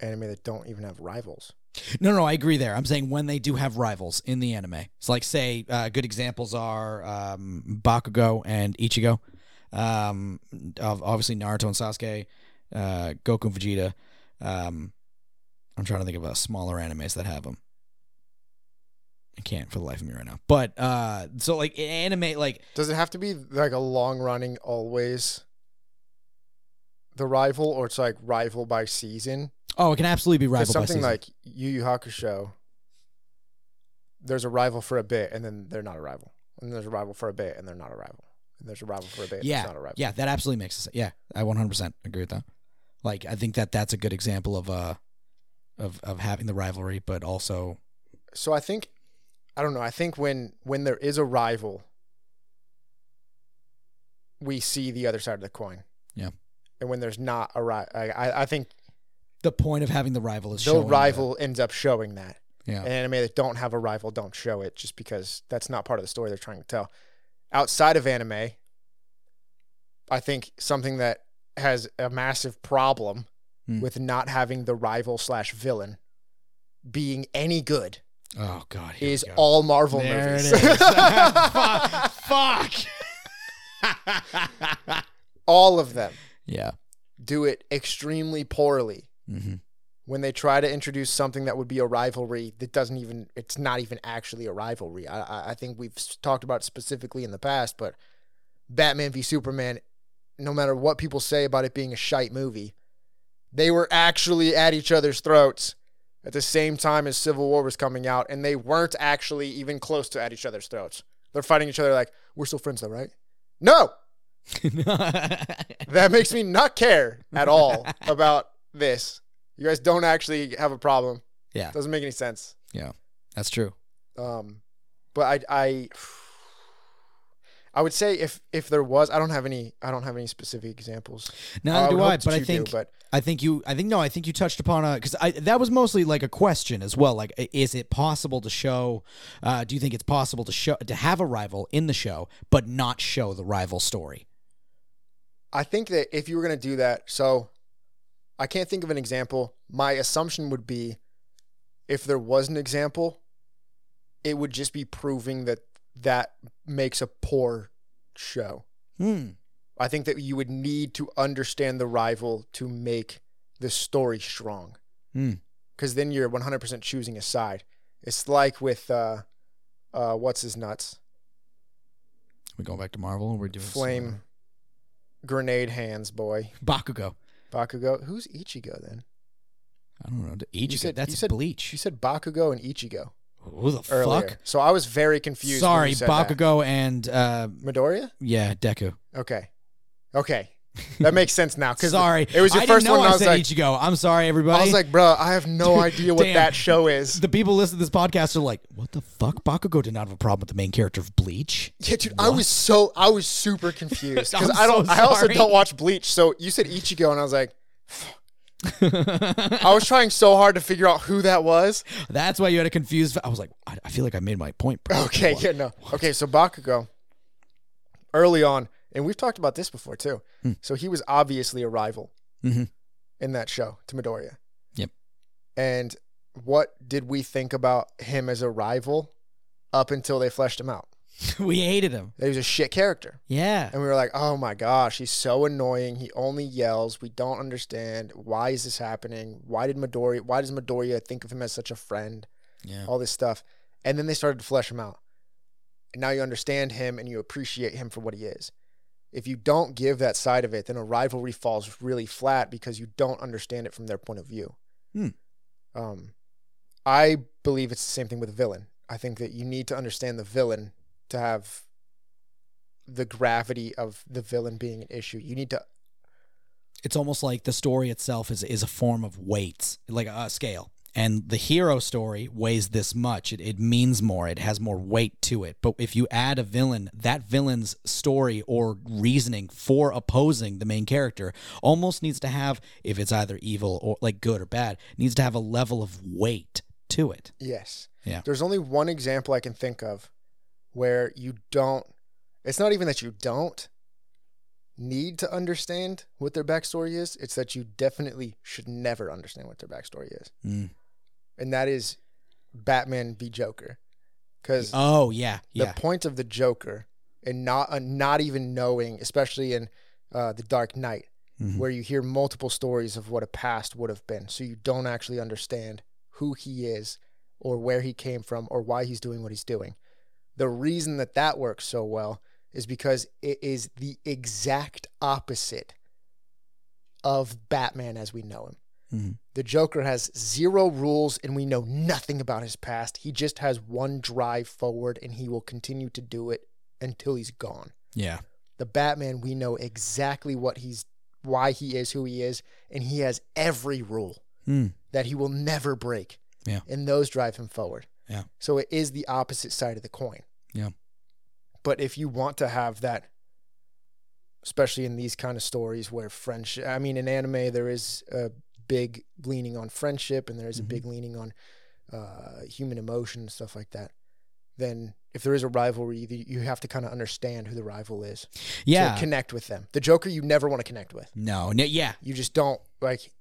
A: anime that don't even have rivals.
B: No, no, I agree there. I'm saying when they do have rivals in the anime. It's like, say, uh, good examples are um, Bakugo and Ichigo. Um, ob- obviously, Naruto and Sasuke, uh, Goku and Vegeta. Um, I'm trying to think about smaller animes that have them. I can't for the life of me right now. But uh, so like anime, like
A: Does it have to be like a long running always the rival, or it's like rival by season?
B: oh, it can absolutely be
A: Because
B: rival by
A: something
B: season.
A: like Yu Yu Hakusho, there's a rival for a bit, and then they're not a rival. And there's a rival for a bit, and they're not a rival. And there's a rival for a bit, and
B: yeah,
A: it's not a rival.
B: yeah, that absolutely makes sense. Yeah, I 100% agree with that. Like, I think that that's a good example of uh, of of having the rivalry, but also
A: so I think I don't know. I think when when there is a rival, we see the other side of the coin.
B: Yeah.
A: And when there's not a rival, I, I I think
B: the point of having the rival is
A: the
B: showing
A: rival ends up showing that.
B: that- yeah,
A: And anime that don't have a rival don't show it just because that's not part of the story they're trying to tell. Outside of anime, I think something that has a massive problem
B: Hmm.
A: with not having the rival slash villain being any good
B: oh god, here we
A: is
B: go.
A: all Marvel
B: there
A: movies.
B: It is. fuck, fuck.
A: all of them
B: yeah.
A: do it extremely poorly
B: Mm-hmm.
A: when they try to introduce something that would be a rivalry that doesn't even it's not even actually a rivalry i, I- I think we've s- talked about it specifically in the past but batman v superman no matter what people say about it being a shite movie they were actually at each other's throats at the same time as civil war was coming out and they weren't actually even close to at each other's throats they're fighting each other like we're still friends though right no that makes me not care at all about this. You guys don't actually have a problem.
B: Yeah.
A: Doesn't make any sense.
B: That's true.
A: Um, but I, I, I would say if if there was, I don't have any, I don't have any specific examples.
B: Neither
A: Oh, would
B: do I,
A: hope
B: but
A: that
B: I
A: you do,
B: think
A: but
B: I think you. I think no. I think you touched upon a because I that was mostly like a question as well. Like, i- is it possible to show? Uh, do you think it's possible to show to have a rival in the show, but not show the rival story?
A: I think that if you were gonna do that, so I can't think of an example. My assumption would be, if there was an example, it would just be proving that that makes a poor show.
B: Hmm.
A: I think that you would need to understand the rival to make the story strong.
B: Hmm.
A: Because then you're 100% choosing a side. It's like with uh, uh, what's his nuts?
B: We going back to Marvel? We're doing
A: Flame grenade hands boy.
B: Bakugo.
A: Bakugo. Who's Ichigo then?
B: I don't know. Ichigo.
A: said-
B: that's
A: you said-
B: Bleach.
A: She said Bakugo and Ichigo
B: Who the
A: earlier.
B: fuck?
A: So I was very confused. when
B: Sorry,
A: you said that.
B: Bakugo and uh,
A: Midoriya?
B: yeah, Deku.
A: Okay. Okay. That makes sense now. Cause
B: Sorry,
A: It was your
B: I
A: first
B: didn't know
A: one.
B: I,
A: I was
B: said
A: like,
B: Ichigo. I'm sorry, everybody.
A: I was like, bro, I have no idea what
B: Damn.
A: that show is.
B: the people listening to this podcast are like, "What the fuck? Bakugo did not have a problem with the main character of Bleach."
A: Yeah, dude, I was so I was super confused because
B: I'm
A: I don't.
B: so
A: I also
B: sorry.
A: don't watch Bleach. So you said Ichigo, and I was like, I was trying so hard to figure out who that was.
B: That's why you had a confused. I was like, I, I feel like I made my point. Bro.
A: Okay, yeah, no. Okay, so Bakugo, early on, and we've talked about this before too.
B: Hmm.
A: So he was obviously a rival
B: Mhm.
A: in that show to Midoriya.
B: Yep.
A: And what did we think about him as a rival up until they fleshed him out?
B: we hated him.
A: That he was a shit character.
B: Yeah.
A: And we were like, oh my gosh, he's so annoying. He only yells. We don't understand. Why is this happening? Why did Midoriya why does Midoriya think of him as such a friend?
B: Yeah.
A: all this stuff. And then they started to flesh him out. And now you understand him and you appreciate him for what he is. If you don't give that side of it, then a rivalry falls really flat because you don't understand it from their point of view.
B: Hmm.
A: Um, I believe it's the same thing with a villain. I think that you need to understand the villain to have the gravity of the villain being an issue. You need to
B: It's almost like the story itself is is a form of weights, like a, a scale. And the hero story weighs this much. It, it means more. It has more weight to it. But if you add a villain, that villain's story or reasoning for opposing the main character almost needs to have, if it's either evil or like good or bad, needs to have a level of weight to it.
A: Yes.
B: Yeah.
A: There's only one example I can think of where you don't. It's not even that you don't need to understand what their backstory is. It's that you definitely should never understand what their backstory is,
B: Mm.
A: and that is Batman v Joker, because
B: Oh yeah, yeah.
A: the point of the Joker and not uh, not even knowing, especially in uh, the Dark Knight,
B: Mhm.
A: where you hear multiple stories of what a past would have been, so you don't actually understand who he is or where he came from or why he's doing what he's doing. The reason that that works so well is because it is the exact opposite of Batman as we know him.
B: Mhm.
A: The Joker has zero rules and we know nothing about his past. He just has one drive forward and he will continue to do it until he's gone
B: Yeah.
A: the Batman, we know exactly what he's, why he is who he is, and he has every rule
B: Mm.
A: that he will never break.
B: Yeah.
A: And those drive him forward.
B: Yeah.
A: So it is the opposite side of the coin.
B: Yeah.
A: But if you want to have that, especially in these kind of stories where friendship, I mean, in anime, there is a big leaning on friendship and there is a
B: Mhm.
A: big leaning on uh, human emotion and stuff like that. Then, if there is a rivalry, you- you have to kind of understand who the rival is
B: Yeah.
A: to connect with them. The Joker you never want to connect with.
B: no, no. Yeah.
A: You just don't like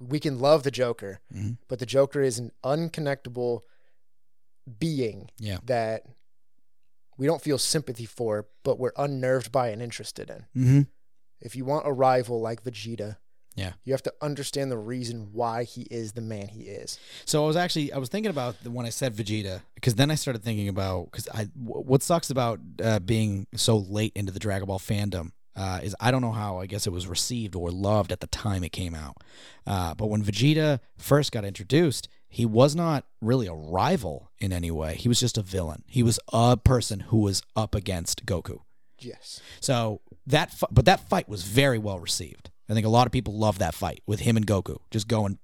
A: we can love the Joker,
B: Mhm.
A: but the Joker is an unconnectable being
B: Yeah.
A: that we don't feel sympathy for, but we're unnerved by and interested in.
B: Mm-hmm.
A: If you want a rival like Vegeta,
B: Yeah.
A: you have to understand the reason why he is the man he is.
B: So I was actually I was thinking about the, when I said Vegeta because then I started thinking about because I w- what sucks about uh, being so late into the Dragon Ball fandom uh, is I don't know how I guess it was received or loved at the time it came out. Uh, but when Vegeta first got introduced, he was not really a rival in any way. He was just a villain. He was a person who was up against Goku.
A: Yes.
B: So that, fi- but that fight was very well received. I think a lot of people love that fight with him and Goku just going,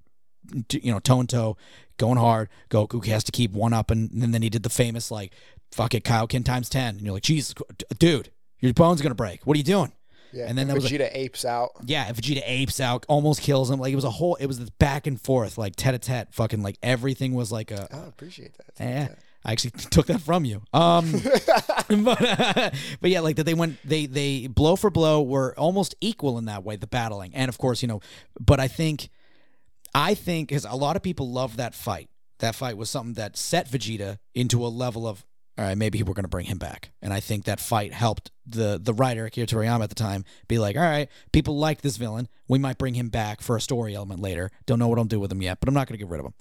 B: t- you know, toe and toe, going hard. Goku has to keep one up, and, and then he did the famous like, "Fuck it, Kaioken times 10. and you're like, "Jesus, d- dude, your bone's gonna break. What are you doing?"
A: Yeah.
B: And then there was a-
A: Vegeta apes out.
B: Yeah, and Vegeta apes out, almost kills him. Like it was a whole, it was this back and forth, like tete a tete, fucking like everything was like a.
A: I appreciate that.
B: eh. I actually took that from you. Um. but uh, but yeah, like that they went they they blow for blow were almost equal in that way the battling and of course you know but I think I think because a lot of people love that fight that fight was something that set Vegeta into a level of all right maybe we're gonna bring him back and I think that fight helped the the writer Akira Toriyama at the time be like all right people like this villain we might bring him back for a story element later don't know what I'll do with him yet but I'm not gonna get rid of him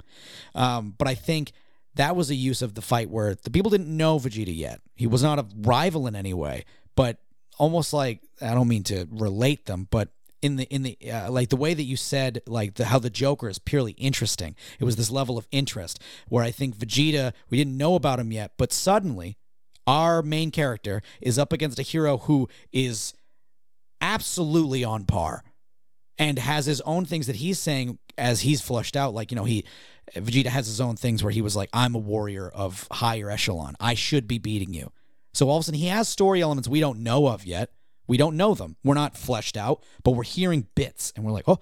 B: um, but I think that was a use of the fight where the people didn't know Vegeta yet. He was not a rival in any way, but almost like I don't mean to relate them, but in the in the uh, like the way that you said like the how the Joker is purely interesting. It was this level of interest where I think Vegeta we didn't know about him yet, but suddenly our main character is up against a hero who is absolutely on par and has his own things that he's saying as he's flushed out like you know he Vegeta has his own things where he was like I'm a warrior of higher echelon I should be beating you so all of a sudden he has story elements we don't know of yet we don't know them we're not fleshed out but we're hearing bits and we're like oh,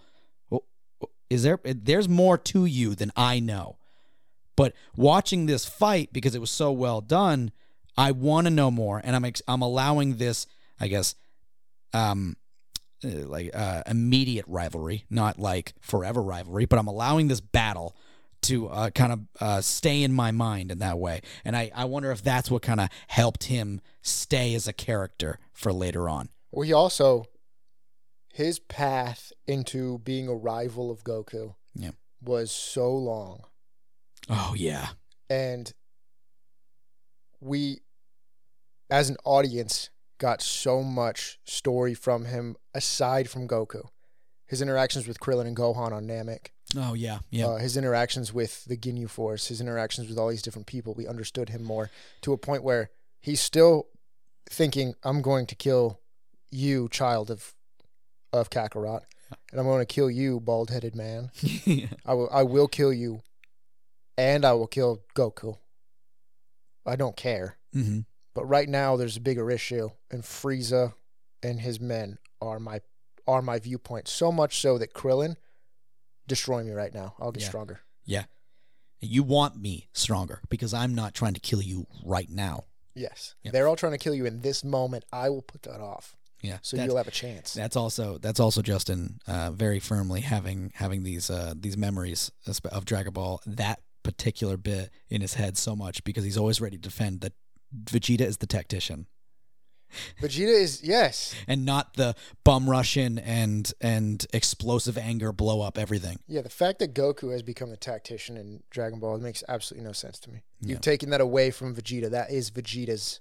B: oh oh, is there there's more to you than I know but watching this fight because it was so well done I want to know more and I'm ex- I'm allowing this I guess um, uh, like uh, immediate rivalry, not like forever rivalry, but I'm allowing this battle to uh, kind of uh, stay in my mind in that way. And I, I wonder if that's what kind of helped him stay as a character for later on.
A: Well, he also his path into being a rival of Goku
B: Yeah.
A: was so long,
B: Oh, yeah.
A: and we, as an audience, got so much story from him aside from Goku. His interactions with Krillin and Gohan on Namek,
B: Oh, yeah. Yeah.
A: uh, his interactions with the Ginyu Force, his interactions with all these different people, we understood him more to a point where he's still thinking, "I'm going to kill you, child of of Kakarot, and I'm going to kill you, bald headed man. I will, I will kill you, and I will kill Goku. I don't care.
B: hmm
A: But right now, there's a bigger issue, and Frieza and his men are my are my viewpoint. So much so that Krillin." Destroy me right now. I'll get
B: Yeah.
A: stronger.
B: You want me stronger because I'm not trying to kill you right now.
A: Yes.
B: Yeah.
A: They're all trying to kill you in this moment. I will put that off.
B: Yeah.
A: So
B: that's,
A: you'll have a chance.
B: that's also that's also Justin uh, very firmly having having these uh, these memories of- of Dragon Ball that particular bit in his head so much because he's always ready to defend that Vegeta is the tactician
A: Vegeta is yes.
B: and not the bum Russian and and explosive anger blow up everything.
A: Yeah, the fact that Goku has become the tactician in Dragon Ball makes absolutely no sense to me.
B: Yeah.
A: You've taken that away from Vegeta. That is Vegeta's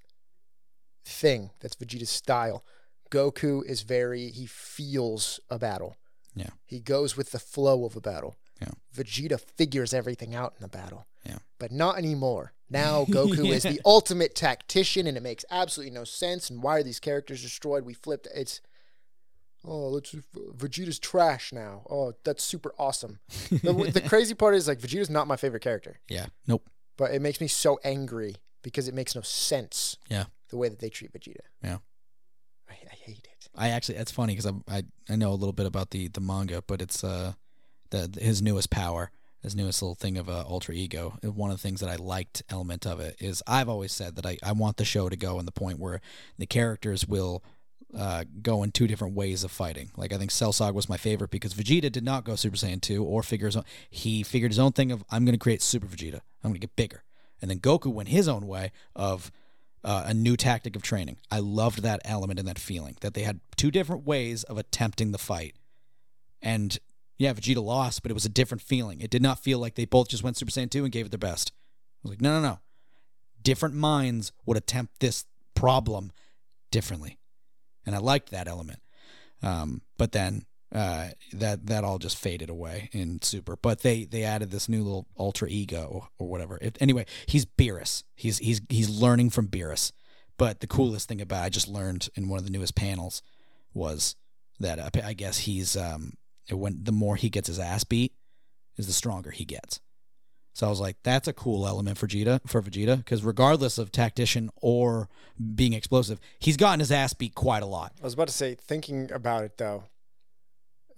A: thing. That's Vegeta's style. Goku is very he feels a battle.
B: Yeah.
A: He goes with the flow of a battle.
B: Yeah.
A: Vegeta figures everything out in the battle.
B: Yeah.
A: But not anymore. Now Goku is
B: Yeah.
A: the ultimate tactician and it makes absolutely no sense. And why are these characters destroyed? We flipped it's Oh, let's Vegeta's trash now. Oh, that's super awesome. The, the crazy part is like Vegeta's not my favorite character,
B: Yeah. Nope.
A: but it makes me so angry because it makes no sense.
B: Yeah.
A: The way that they treat Vegeta.
B: Yeah.
A: I, I hate it.
B: I actually that's funny because I, I I know a little bit about the the manga, but it's uh the his newest power, his newest little thing of uh, alter ego. And One of the things that I liked element of it is I've always said that I I want the show to go in the point where the characters will. Uh, go in two different ways of fighting. Like I think Cell Saga was my favorite because Vegeta did not go Super Saiyan two or figure his own. He figured his own thing of I'm going to create Super Vegeta. I'm going to get bigger, and then Goku went his own way of uh, a new tactic of training. I loved that element and that feeling that they had two different ways of attempting the fight. And yeah, Vegeta lost, but it was a different feeling. It did not feel like they both just went Super Saiyan 2 and gave it their best. I was like, no, no, no. Different minds would attempt this problem differently. And I liked that element. Um, but then uh, that that all just faded away in Super. But they they added this new little alter ego or whatever. It, anyway, he's Beerus. He's he's he's learning from Beerus. But the coolest thing about I just learned in one of the newest panels was that uh, I guess he's um when the more he gets his ass beat, is the stronger he gets. So I was like, that's a cool element for Vegeta for Vegeta because regardless of tactician or being explosive, he's gotten his ass beat quite a lot.
A: I was about to say, thinking about it though,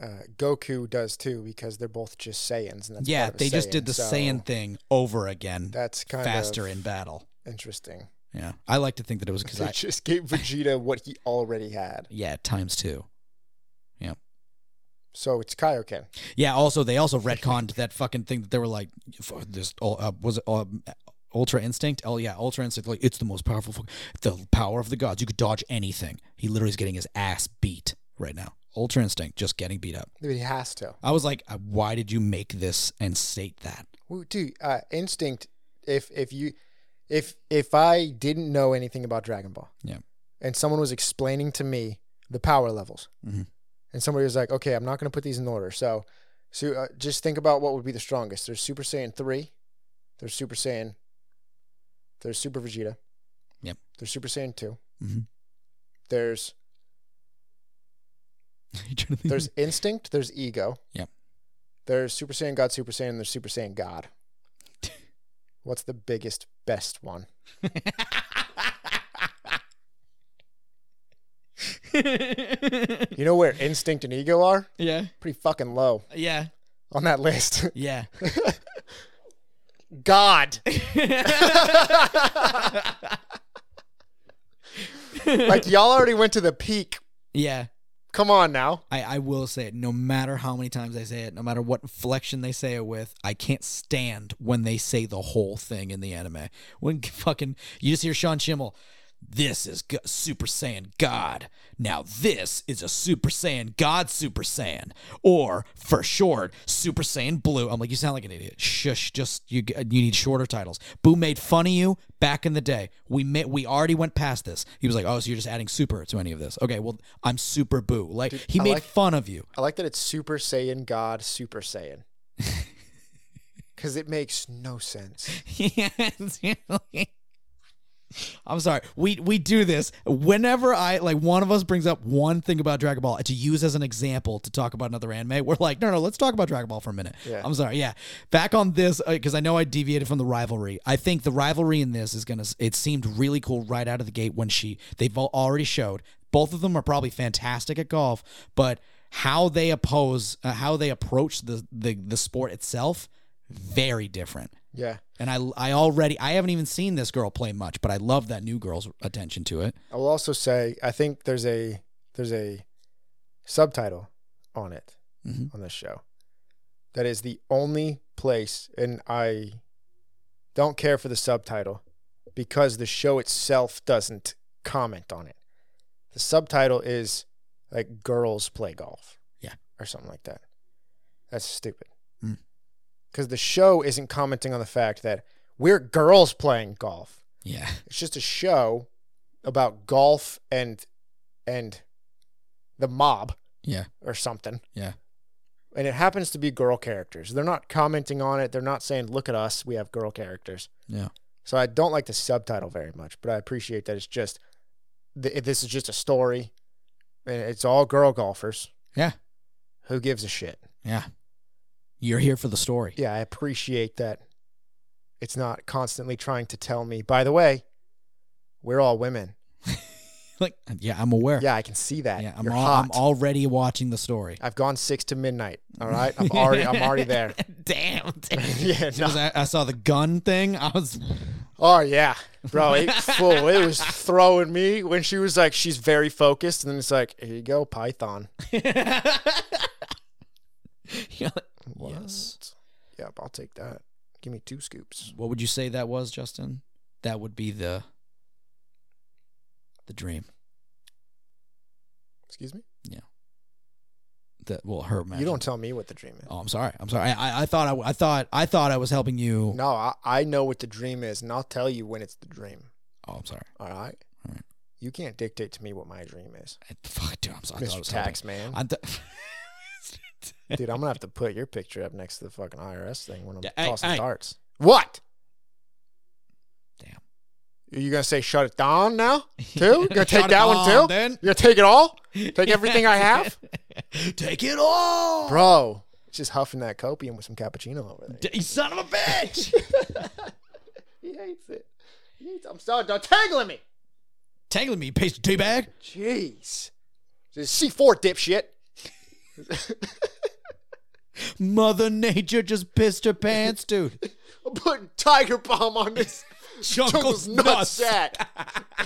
A: uh, Goku does too because they're both just Saiyans, and that's
B: yeah,
A: part of a
B: they just did the
A: so
B: Saiyan thing over again,
A: That's kind
B: faster
A: of
B: in battle.
A: interesting.
B: Yeah, I like to think that it was because
A: They
B: I
A: just gave Vegeta what he already had,
B: yeah times two.
A: so it's Kaioken.
B: Yeah. Also, they also retconned that fucking thing that they were like, f- this uh, was it um, Ultra Instinct? Oh yeah, Ultra Instinct. Like it's the most powerful, fu- the power of the gods. You could dodge anything. He literally is getting his ass beat right now. Ultra Instinct, just getting beat up.
A: He has to.
B: I was like, uh, why did you make this and state that?
A: Well, dude, uh, instinct. If if you, if if I didn't know anything about Dragon Ball,
B: Yeah.
A: and someone was explaining to me the power levels,
B: Mhm.
A: and somebody was like, "Okay, I'm not going to put these in order." So, so uh, just think about what would be the strongest. There's Super Saiyan three, there's Super Saiyan, there's Super Vegeta,
B: Yep.
A: There's Super Saiyan 2
B: Mhm.
A: There's
B: You trying to think-
A: there's instinct. There's ego.
B: Yep.
A: There's Super Saiyan God, Super Saiyan. and There's Super Saiyan God. What's the biggest, best one? You know where instinct and ego are?
B: yeah,
A: Pretty fucking low
B: yeah,
A: on that list.
B: yeah.
A: God. like y'all already went to the peak
B: Yeah.
A: Come on now.
B: I, I will say it no matter how many times I say it, no matter what inflection they say it with, I can't stand when they say the whole thing in the anime. When fucking you just hear Sean Schimmel, this is Go- Super Saiyan God. Now this is a Super Saiyan God Super Saiyan, or for short, Super Saiyan Blue. I'm like, you sound like an idiot. Shush, just you. You need shorter titles. Boo made fun of you back in the day. We ma- we already went past this. He was like, oh, so you're just adding super to any of this? Okay, well, I'm Super Boo. Like he
A: I
B: made
A: like-
B: fun of you.
A: I like that it's Super Saiyan God Super Saiyan. Because it makes no sense.
B: I'm sorry. We we do this whenever I like one of us brings up one thing about Dragon Ball to use as an example to talk about another anime. We're like, no, no, let's talk about Dragon Ball for a minute.
A: Yeah.
B: I'm sorry. Yeah, back on this because I know I deviated from the rivalry. I think the rivalry in this is gonna. It seemed really cool right out of the gate when she they've al- already showed both of them are probably fantastic at golf, but how they oppose uh, how they approach the the the sport itself very different.
A: Yeah.
B: And I, I already, I haven't even seen this girl play much, but I love that new girl's attention to it.
A: I will also say I think there's a there's a subtitle on it
B: Mhm.
A: on this show. That is the only place, and I don't care for the subtitle because the show itself doesn't comment on it. The subtitle is like girls play golf.
B: Yeah.
A: Or something like that. That's stupid.
B: Mm.
A: Because the show isn't commenting on the fact that we're girls playing golf.
B: Yeah.
A: It's just a show about golf and and the mob
B: Yeah.
A: or something.
B: Yeah.
A: And it happens to be girl characters. They're not commenting on it. They're not saying, "Look at us, we have girl characters."
B: Yeah.
A: So I don't like the subtitle very much, but I appreciate that it's just th- this is just a story, and it's all girl golfers.
B: Yeah.
A: Who gives a shit?
B: Yeah. You're here for the story.
A: Yeah, I appreciate that. It's not constantly trying to tell me. By the way, we're all women.
B: Like, yeah, I'm aware.
A: Yeah, I can see that.
B: Yeah, I'm,
A: You're
B: al-
A: hot.
B: I'm already watching the story.
A: I've gone six to midnight. All right, I'm already I'm already there.
B: Damn. damn.
A: yeah.
B: As soon
A: no.
B: as I, I saw the gun thing. I was,
A: Oh yeah, bro. It, full. It was throwing me when she was like, she's very focused, and then it's like, here you go, Python.
B: You're like,
A: What?
B: Yes.
A: Yep, I'll take that. Give me two scoops.
B: what would you say that was, Justin? That would be the, the dream.
A: Excuse me.
B: That well, her. Imagined.
A: You don't tell me what the dream is.
B: Oh, I'm sorry. I'm sorry. I, I, I thought I, I thought I thought I was helping you.
A: No, I, I know what the dream is, and I'll tell you when it's the dream.
B: Oh, I'm sorry.
A: All right.
B: All right.
A: You can't dictate to me what my dream is,
B: I, fuck, dude. I'm sorry. I thought
A: Mr.
B: I was
A: Tax Man.
B: helping. I'm th-
A: Dude, I'm gonna have to put your picture up next to the fucking IRS thing when I'm
B: Yeah, hey,
A: tossing
B: hey.
A: darts. What?
B: Damn.
A: Are you gonna say shut it down now too? You gonna take
B: Shut
A: that
B: it
A: one too?
B: down, Then
A: You gonna take it all, take everything I have,
B: Take it all,
A: bro? Just huffing that copium with some cappuccino over there.
B: D- you son of a bitch.
A: he hates it. He hates. I'm sorry, don't tangling me.
B: Tangling me, paste tea bag.
A: Jeez, this C four dipshit.
B: Mother Nature just pissed her pants, dude.
A: I'm putting tiger bomb on this
B: Chuckles
A: Chuckles
B: nuts.
A: nutsack.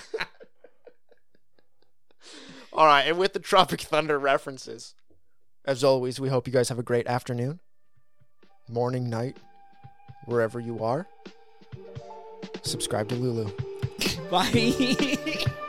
A: All right, and with the Tropic Thunder references, as always, we hope you guys have a great afternoon, morning, night, wherever you are. Subscribe to Lulu.
B: Bye.